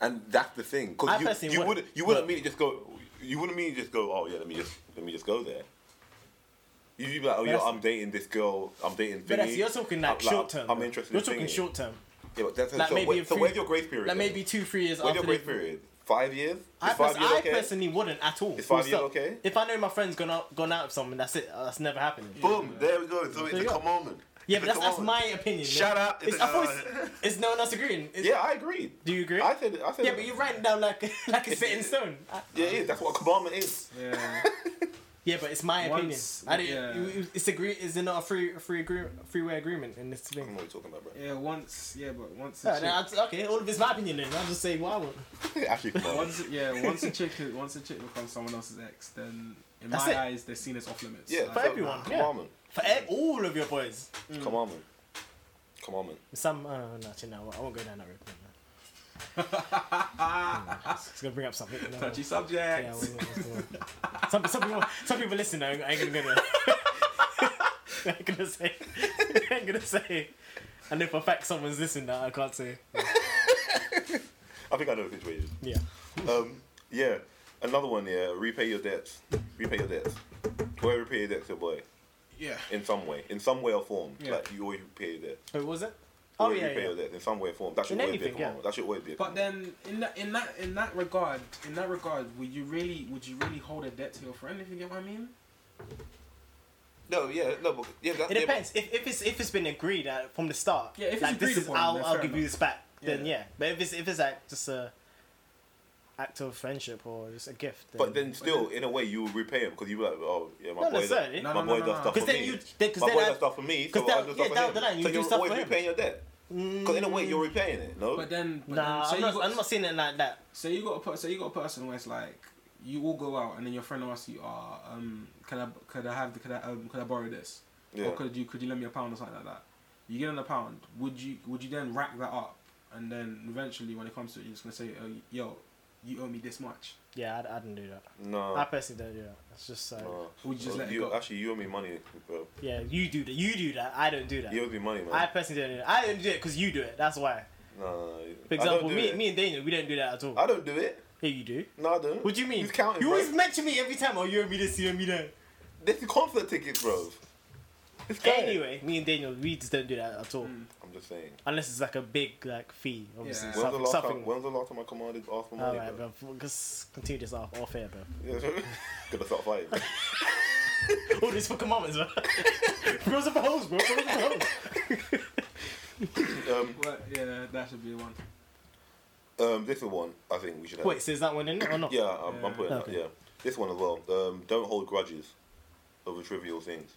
and that's the thing I because you, personally you wouldn't, wouldn't you wouldn't but- mean to just go you wouldn't mean to just go oh yeah let me just let me just go there. You'd be like, oh yeah, That's- I'm dating this girl, I'm dating. But that's, thingy. you're talking I'm- like short term. I'm interested. You're in talking thingy." short term. Yeah, but that's, Like so, maybe where- a so few- where's your grace period? Like then? maybe two, three years Where's after. your grace they- period? Five years? Is I, five pers- years I okay? personally wouldn't at all. Is full five years stop. okay? If I know my friend's gone out, gone out with someone, that's it. That's never happening. Yeah, Boom, there we go. So it's There you a go. commandment. (laughs) but It's a that's, that's commandment. my opinion. Shut yeah. up. It's, I thought it's, (laughs) it's no one else agreeing. It's- uh, Yeah, I agree. Do you agree? I said it. I said yeah, it. (laughs) but you're writing down like like it's set in stone. I- Yeah, it is. That's what a commandment is. Yeah. Yeah, but it's my Once- opinion. I didn't. yeah. it- It's agree. Is it not a free, a free agreement, free way agreement in this I don't thing? know what you're talking about, bro. (laughs) Yeah, once. Yeah, but once. a No, chick- no, I- okay, all of it's my opinion then. I'll just say why (laughs) would. Actually, come on. Once, yeah, once a chick is- once a chick becomes someone else's ex, then in That's my it. eyes they're seen as off limits. Yeah, for so- everyone, Come yeah. Mm. on, man. For e- all of your boys. Come on, man. Come on, man. Some. Uh, no, actually, no. I won't go down that (laughs) road. No, no. it's gonna bring up something. No. touchy Yeah, subject. we won't, we won't. some, some people, some people listen. I ain't, I ain't gonna. (laughs) I ain't gonna say. I ain't gonna say. And if a fact someone's listening, that I can't say. I think I know the (laughs) situation. Yeah. Um, yeah. Another one, yeah. Repay your debts. Repay your debts. Always repay your debts, your boy. Yeah. In some way. In some way or form. Yeah. Like, you always repay your debt. Wait, what was it? Oh Always yeah, repay yeah. your debt in some way or form. That should In always be a anything, yeah. commandment. That should always be a But commandment. then in that in that in that regard, in that regard, would you really would you really hold a debt to your friend if you get what I mean? No, yeah, no, but yeah, that, It depends. If, if it's if it's been agreed at, from the start, Yeah, if it's like agreed this is upon, I'll, then I'll fair give you enough. this back, then Yeah. yeah. But if it's if it's like just a act of friendship or just a gift, then, But then still, in a way, you will repay him because you were like, oh, yeah, my Not boy, does, necessarily. my No, no, boy does no, no, stuff no. for 'Cause then me. you- then- 'cause my then boy I- does stuff for me, so because I'll down- do yeah, stuff for down him. the line, you so do you're stuff for always him. repaying your debt. Because in a way, you're repaying it, no? But then, but Mm. nah, then, so I'm you not. got, I'm not seeing it like that. So you got a per- so you got a person where it's like you all go out and then your friend asks you, "Ah, um, can I could I have the, could I um, could I borrow this? yeah. Or could you could you lend me a pound or something like that? You get on a pound. Would you would you then rack that up and then eventually when it comes to it, you're just gonna say, oh, yo, you owe me this much. Yeah, I, I didn't do that. No. I personally don't do that. It's just like, no. Would you just let it you, go? Actually, you owe me money, bro. yeah, you do that. You do that. I don't do that. You owe me money, man. I personally don't do that. I don't do it because you do it. That's why. no, no, no. For I don't example, do me, it. me and Daniel, we don't do that at all. I don't do it. Here you do. No, I don't. What do you mean? He's counting, you bro. always mention me every time. Oh, you owe me this. You owe me that. This is concert tickets, bro. This guy. Anyway, me and Daniel, we just don't do that at all. I'm just saying. Unless it's like a big like fee, obviously. When's Hmm. Yeah. the, Something. last something. time, when's the last time I commanded asked for money, Alright, bro? bro. Just continue this off off air, bro. (laughs) Yeah, (laughs) sure. Gonna start fighting. bro. All this for commandments, bro. (laughs) Rules of hoes, bro. Rules of hoes. (laughs) um, Well, yeah, that should be the one. um, this is one I think we should have. Wait, so is that one in it or not? Yeah, I'm, I'm Yeah. putting Okay. that. Yeah, this one as well. Um, don't hold grudges over trivial things.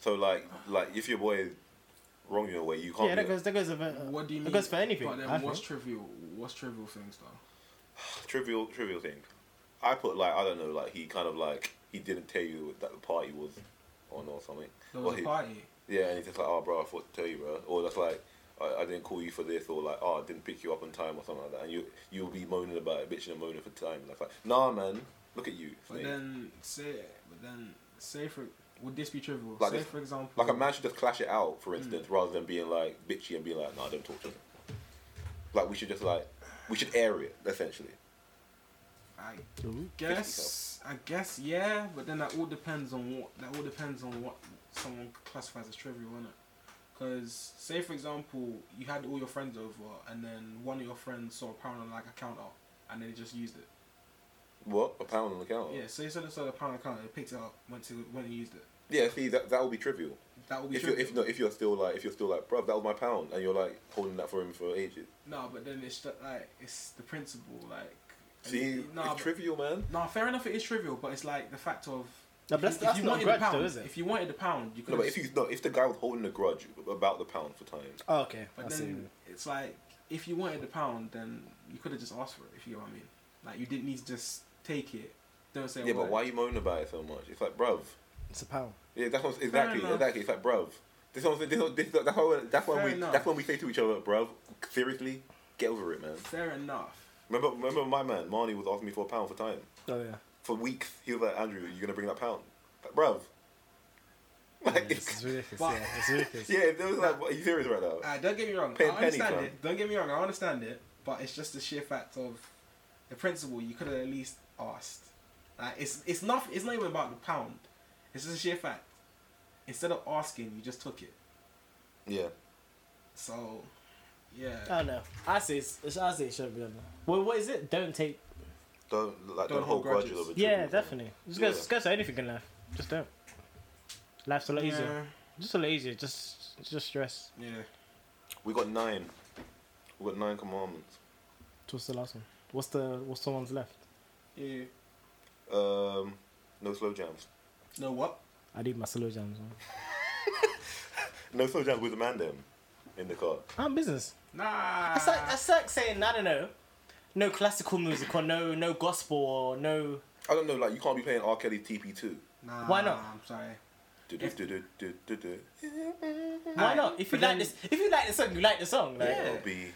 So like, like if your boy wrong you in a way, you can't. Yeah, be that goes that goes for What do you mean? Uh, It goes for anything. But then, I what's think. trivial? What's trivial things though? like, (sighs) trivial, trivial thing. I put like I don't know, like he kind of like he didn't tell you that the party was on or something. There Or was a he- party. Yeah, and he's just like, oh, bro, I forgot to tell you, bro. Or that's like, I, I didn't call you for this, or like, oh, I didn't pick you up on time, or something like that. And you you'll be moaning about it, bitching and moaning for time. And that's like, nah, man, look at you. But snake." then say, but then say for would this be trivial? Like say this- for example, Like a man should just clash it out, Mm. for instance, rather than being like bitchy and being like, "No, don't talk to him." Like we should just like, we should air it essentially. I Ooh. guess, I guess, yeah. But then that all depends on what that all depends on what someone classifies as trivial, innit? Because say for example, you had all your friends over, and then one of your friends saw a pound on like a counter, and then they just used it. What a pound on the counter. Yeah, so you said they saw a pound on the counter, they picked it up, went to went and used it. Yeah, see, that that will be trivial. That would be if trivial. you're if no, if you're still like if you're still like, bruv, that was my pound, and you're like holding that for him for ages. No, but then it's just like it's the principle, like. and See, it- nah, it's but- trivial, man. nah, fair enough. It is trivial, but it's like the fact of. No, but that's, that's not a grudge, the pound, though, is it? if you wanted the pound, you could. No, but if you no, if the guy was holding a grudge about the pound for time, Oh, okay, I But see. then it's like if you wanted the pound, then you could have just asked for it. If you know what I mean, like you didn't need to just take it. Don't say. a yeah, but word. why are you moaning about it so much? It's like, bruv, It's a pound. yeah, that's what, exactly, enough. exactly. It's like, bruv, this one, this, one- this, that's how, that's when Fair we, enough. that's when we say to each other, bruv, seriously, get over it, man. Fair enough. Remember, remember my man Marnie was asking me for a pound for time Oh yeah. (laughs) for weeks. He was like, Andrew, you gonna bring that pound, like, bruv. (laughs) yeah Like, this is ridiculous. But- yeah, it's (laughs) ridiculous. (laughs) yeah, it was like, what, are you serious right now? Uh, don't get me wrong. Pay I pennies, understand man. it. Don't get me wrong. I understand it, but it's just the sheer fact of the principle. You could have at least asked. Like it's it's not it's not even about the pound. It's just a sheer fact. Instead of asking, you just took it. Yeah, So, yeah. I don't know. I say it's, it's- I say it should be on. there. Oh, Well, what is it? Don't take. don't like don't, hold grudges, over. Yeah, trivial things. definitely. Just go, Yeah. just go to anything in life. Just don't. Life's a lot easier. Just a lot easier. Just just stress. Yeah. We got nine. We got nine commandments. What's the last one? What's the what's the ones left? Yeah. Um, no slow jams. No what? I do my slow jams. Man. No, so jam with the man them in the car. I'm business. Nah. That's like that's like saying I don't know, no classical music or no no gospel or no. I don't know, like you can't be playing R. Kelly TP two. Nah, Why not? I'm sorry. Why Aye, not? If you like but then- this, if you like the song, you like the song. Like, Yeah. There'll be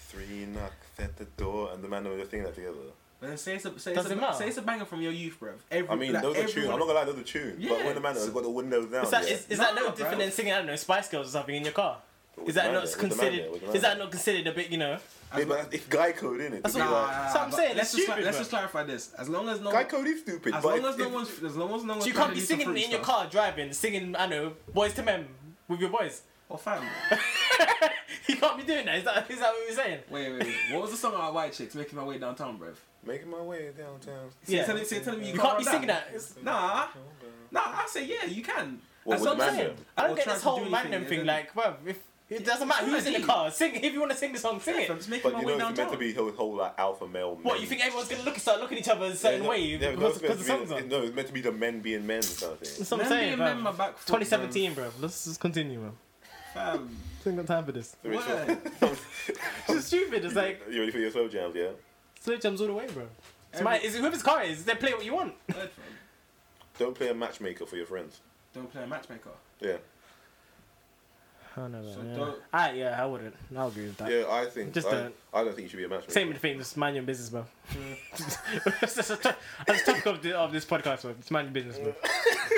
three knocks at the door, and the man will sing that together. But then say it's a say it's Does a, it matter? say it's a banger from your youth, bruv. Every, I mean, like, those are tunes. I'm everyone- not gonna lie, those are tunes. But Yeah. when the man has got the windows down, Is that yeah. is, is that no Nah, different bro. than singing I don't know Spice Girls or something in your car? With Is the that man not there, with the man considered? there, with the Is man that there. not considered a bit? You know, Yeah, but it's guy code, isn't it? That's To be what- like, That's what I'm but saying, Let's it's just cla- stupid, let's bro. just clarify this. As long as no guy code is stupid. as but long if- as no if- one's as long as no one's so you trying can't be to do some singing fruit in your stuff. car driving, singing I know Boys to Men with your boys. (laughs) Oh fam. you can't be doing that. Is that is that what you're saying? Wait, wait, wait. What was the song about white chicks making my way downtown, bruv? making my way downtown. So you're Yeah. telling, so you're telling me you, You can't be run singing down? that. It's- Nah, nah. I say yeah, you can. What That's with what the I'm man saying. there? I Or don't get try this to whole do man them anything, thing. and Like, bro, if it doesn't matter who's in the ID. car, sing. If you want to sing the song, sing Yeah, I'm it. just making But my you way know, it's downtown. meant to be whole, whole like alpha male. What men. you think everyone's gonna look start looking at each other a certain Yeah, no, way yeah, because, it's meant because the to be- song's on? No, it's meant to be the men being men kind of thing. (laughs) That's what I'm Men saying, being bro. men, my back foot, 2017, bro. Let's just continue, bro. Fam. I ain't got time for this. (laughs) So it's (laughs) Word. It's just stupid. It's (laughs) like you ready for your slow jams? Yeah. slow jams all the way, bro. It's my, it's whoever's car it is. They play what you want. Word, fam. Don't play a matchmaker for your friends. Don't play a matchmaker. Yeah. I don't know. So man, yeah. don't- I yeah, I wouldn't. I'll agree with that. Yeah, I think. Just I, don't. I don't think you should be a matchmaker. Same with the thing. Just mind your business, bro. That's the Mm. to- (laughs) that's the topic of, the, of this podcast, bro. Just mind your business, (laughs) bro.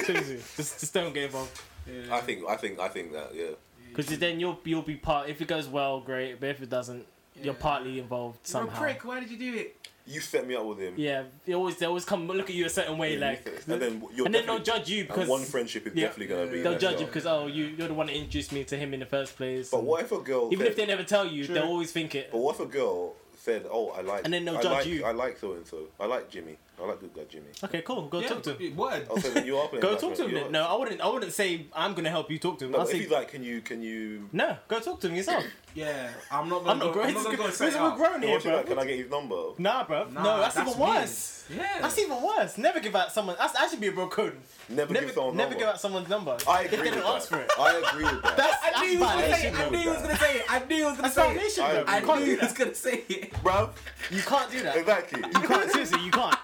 Seriously, just, just don't get involved. Yeah. I think. I think. I think that. Yeah. Because then you'll you'll be part. If it goes well, great. But if it doesn't, you're Yeah. partly involved You're a somehow. prick. Why did you do it? You set me up with him. Yeah, they always they always come look at you a certain way, Yeah, like, you set- and then you're and then they'll definitely- judge you and because one friendship is Yeah. definitely gonna be. they'll messed judge you up. because oh you you're the one that introduced me to him in the first place. But and- what if a girl? Even said, if they never tell you, True. they'll always think it. But what if a girl said, "Oh, I like." And then they'll I judge like, you. I like so and so. I like Jimmy. I like good guy Jimmy. Okay, cool. Go yeah, talk to him. Word. Oh, so then you are playing. (laughs) Go talk to him. matchmaker. Then. You No, are- I wouldn't. I wouldn't say I'm gonna help you talk to him. No, I'll but if say he's like, can you, can you? no. Go talk to (laughs) him yourself. Yeah, I'm not gonna. I'm not go, grown. I'm not gonna go and Because set it we're up. grown No, here, she's "Oh, like, can bro. I get his number? Nah, bro. Nah, No, that's even weird. worse. Yeah. That's even worse. Never give out someone. That's, that should be a bro code. Never, Never, give someone never number. give out someone's number. I if they agree don't with ask for that. it. I agree with that. That's, I that's knew he was gonna say violation, it. I bro. knew he was gonna say it. I knew he was gonna That's say it. violation, I bro. I You agree can't knew do he was that. gonna say it. Bro, You can't do that. exactly. You can't. Seriously, you can't.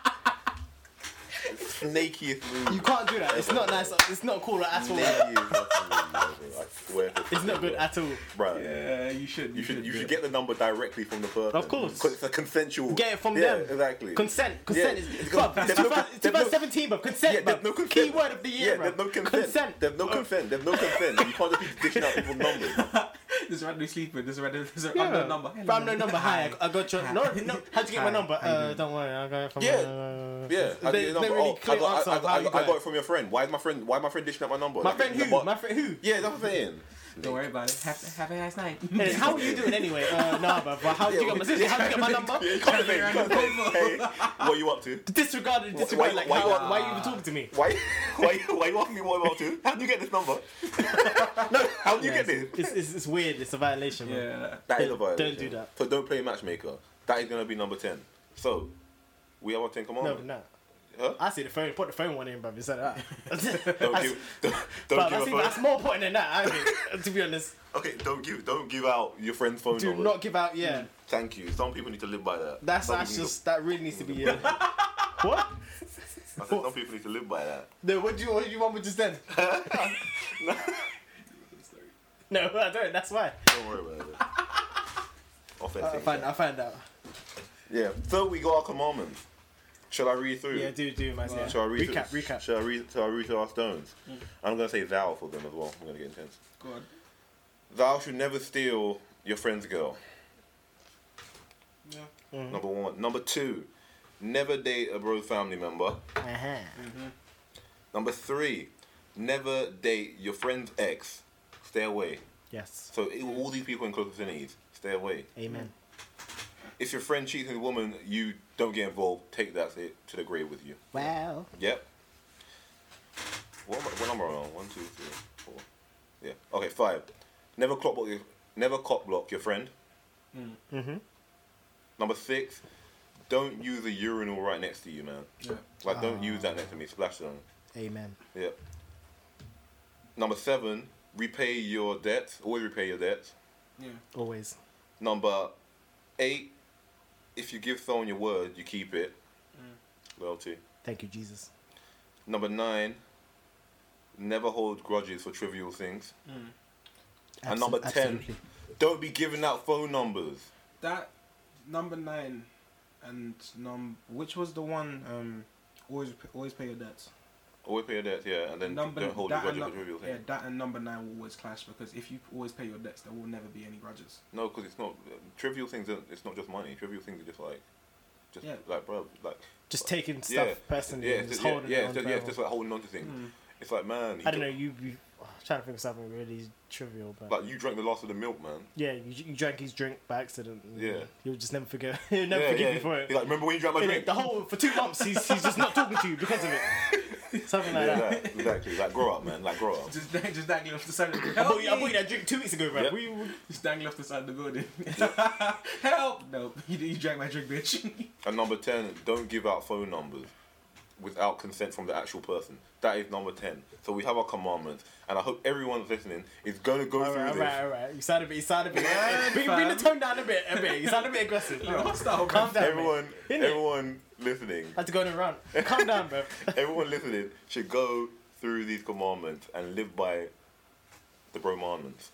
Snakiest You move. can't do that. It's not nice. It's not cool at all. Snakiest fucking move ever. I swear. to It's not fucking good God. at all. Bro, Yeah, you should. you should you do should it. get the number directly from the person. Of course. 'Cause it's a consensual. Get it from yeah, them. Exactly. Consent. Consent Yeah, is. it's Bro, got- it's there's no con- 2000- 2017, bro. Consent, Yeah, bro. there's no consent. Key word of the year, Yeah, bro. there's no consent. There's no consent. There's no consent. You can't just be dishing out people's numbers. (laughs) This random sleeper. This random. This Yeah. random number. Bro, I'm no (laughs) number. Hi, I I got your. Hi. No, no. How'd you get my Hi. number? How you Uh, doing? don't worry, I got it from. Yeah. uh, Yeah, I, They- did they number. really oh, I, clear got, answer I, I, of how I, you I got got it. it from your friend. Why is my friend? Why is my friend dishing out my number? My Like, friend the who? bot- My friend who? Yeah, that's what I'm saying. Don't worry about it. Have, have a nice night. Hey, how are you doing anyway? Uh, nah, bro. but How'd you get my? Seriously, how'd you get my number? (laughs) Yeah, you can't say, you can't say, hey, what you up to? Disregarded, disregarded. Like, why- Ah. how- why- why are you even talking to me? Why, (laughs) why, why you asking me what I'm up to? How do you get this number? (laughs) no, how do you Yeah, get this? it's, it's, it's, it's weird. It's a violation. bro. (laughs) Yeah. That is a Don't- violation. don't do that. So don't play matchmaker. That is gonna be number ten. So we have our ten No, commandments. no. Huh? I see the phone. Put the phone one in, bruv. Instead of (laughs) that. (laughs) Don't That's- give, (laughs) don't, bruv, don't that's, give even, a that's phone. more important than that. (laughs) I mean, to be honest, Okay, don't give, don't give out your friend's phone do number. not give out. Yeah, Mm. Thank you. Some people need to live by that. that's Some that's people need just that really needs to be. (laughs) Uh, what? To, I said (laughs) some people need to live by that. (laughs) No, what do you what do you want me to send? (laughs) No, I don't. That's why. Don't worry about it. I Uh, Offensive. find I find out. Yeah. So we got our commandments. Shall I read through? Yeah, do do man. Yeah. Shall I read Recap, through, recap. Mm. Shall I read? Shall I read through our stones? I'm gonna say thou for them as well. I'm gonna get intense. God. Thou should never steal your friend's girl. Yeah. Mm-hmm. Number one. Number two. Never date a bro family member. Uh-huh. Mm. Number three. Never date your friend's ex. Stay away. Yes. So it- all these people in close vicinities, stay away. Amen. Mm. If your friend cheats on a woman, you don't get involved. Take that to to the grave with you. Wow. Yep. What, am I- what number am I on? One, two, three, four. Yeah. Okay, five. Never clock block your, never cop block your friend. Mm-hmm. Mhm. Number six. Don't use a urinal right next to you, man. Yeah. Like, don't use that next to me. Splash zone. Amen. Yeah. Number seven, repay your debts. Always repay your debts. Yeah. Always. Number eight, if you give someone your word, you keep it. Loyalty. Thank you, Jesus. Number nine, never hold grudges for trivial things. And number 10. absolutely. Don't be giving out phone numbers. That number nine and num which was the one um always always pay your debts. Always pay your debts, yeah, and then number don't hold your that grudges and for num- trivial things. yeah that and number nine will always clash because if you always pay your debts, there will never be any grudges. No, because it's not trivial things. Don't, it's not just money. Trivial things are just like, just Yeah. like bro, like Just taking stuff yeah, personally yeah, and it's just just, yeah, holding yeah, it on it's just, yeah, it's forever. just like holding on to things. It's like man, you Mm. I don't know. drank- You, you (sighs) I'm trying to think of something really trivial, but Like you drank the last of the milk, man. yeah, you, you drank his drink by accident. and Yeah. you'll just never forget. (laughs) He'll never yeah, forgive yeah. you for it. He's like, remember when you drank my Innit? drink? the whole for two months, he's, he's just not talking to you because of it. (laughs) Something like (laughs) yeah, that. like, exactly. Like grow up, man. Like grow up. Just (laughs) dang- just dangling off the side of the I help bought, you, I bought me. you that drink two weeks ago, bro. Yep. We, we- Just dangling off the side of the building. (laughs) help! Nope. You, you drank my drink, bitch. (laughs) And number ten, don't give out phone numbers without consent from the actual person. That is number ten. So we have our commandments, and I hope everyone's listening is gonna go all through right, all this. right, all right. You sound a bit. You sound a bit. Yeah, (laughs) bring, fam. bring the tone down a bit. A bit. You sound a bit aggressive. Yo, bro. what's that all Calm about? down, mate. Everyone, Innit? everyone listening, (laughs) I had to go on a run. Calm down, bro. everyone listening should go through these commandments and live by the commandments.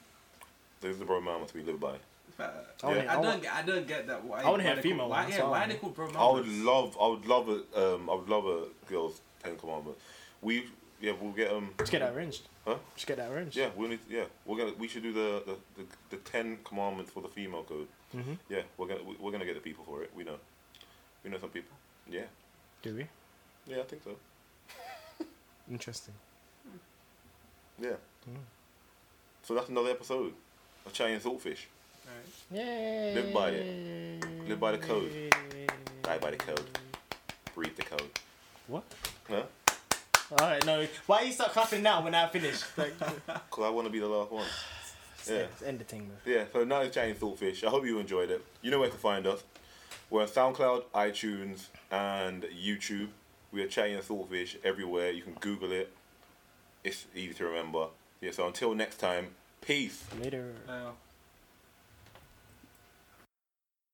Those are the commandments we live by. Fat- I wanna- I Oh, I don't, wanna- get, I don't get that. Why, I wanna why hear a they female call, one, Why, that's yeah, all I why want. they call bro I would mamas? love, I would love a, um, I would love a girl's Ten Commandments. We, yeah, we'll get um, Just get that arranged. Huh? Just get that arranged. yeah, we will need, yeah, we're gonna, we should do the the, the, the Ten Commandments for the female code. Mhm. Yeah, we're gonna we- we're gonna get the people for it. We know, we know some people. Yeah, Do we? yeah, I think so. Interesting. Yeah. So that's another episode of Chinese Saltfish. Alright. Yay. Live by it. Live by the code. Die by the code. Breathe the code. What? Huh? All right, no. Why you start clapping now when I finish? Like, Because I want to be the last one. (laughs) Yeah. Let's end the thing, man. Yeah, so now it's Chinese Saltfish. I hope you enjoyed it. You know where to find us. We're on SoundCloud, iTunes, and YouTube. We are Chinese Saltfish everywhere. You can Google it. It's easy to remember. Yeah, so until next time, peace. Later. Uh,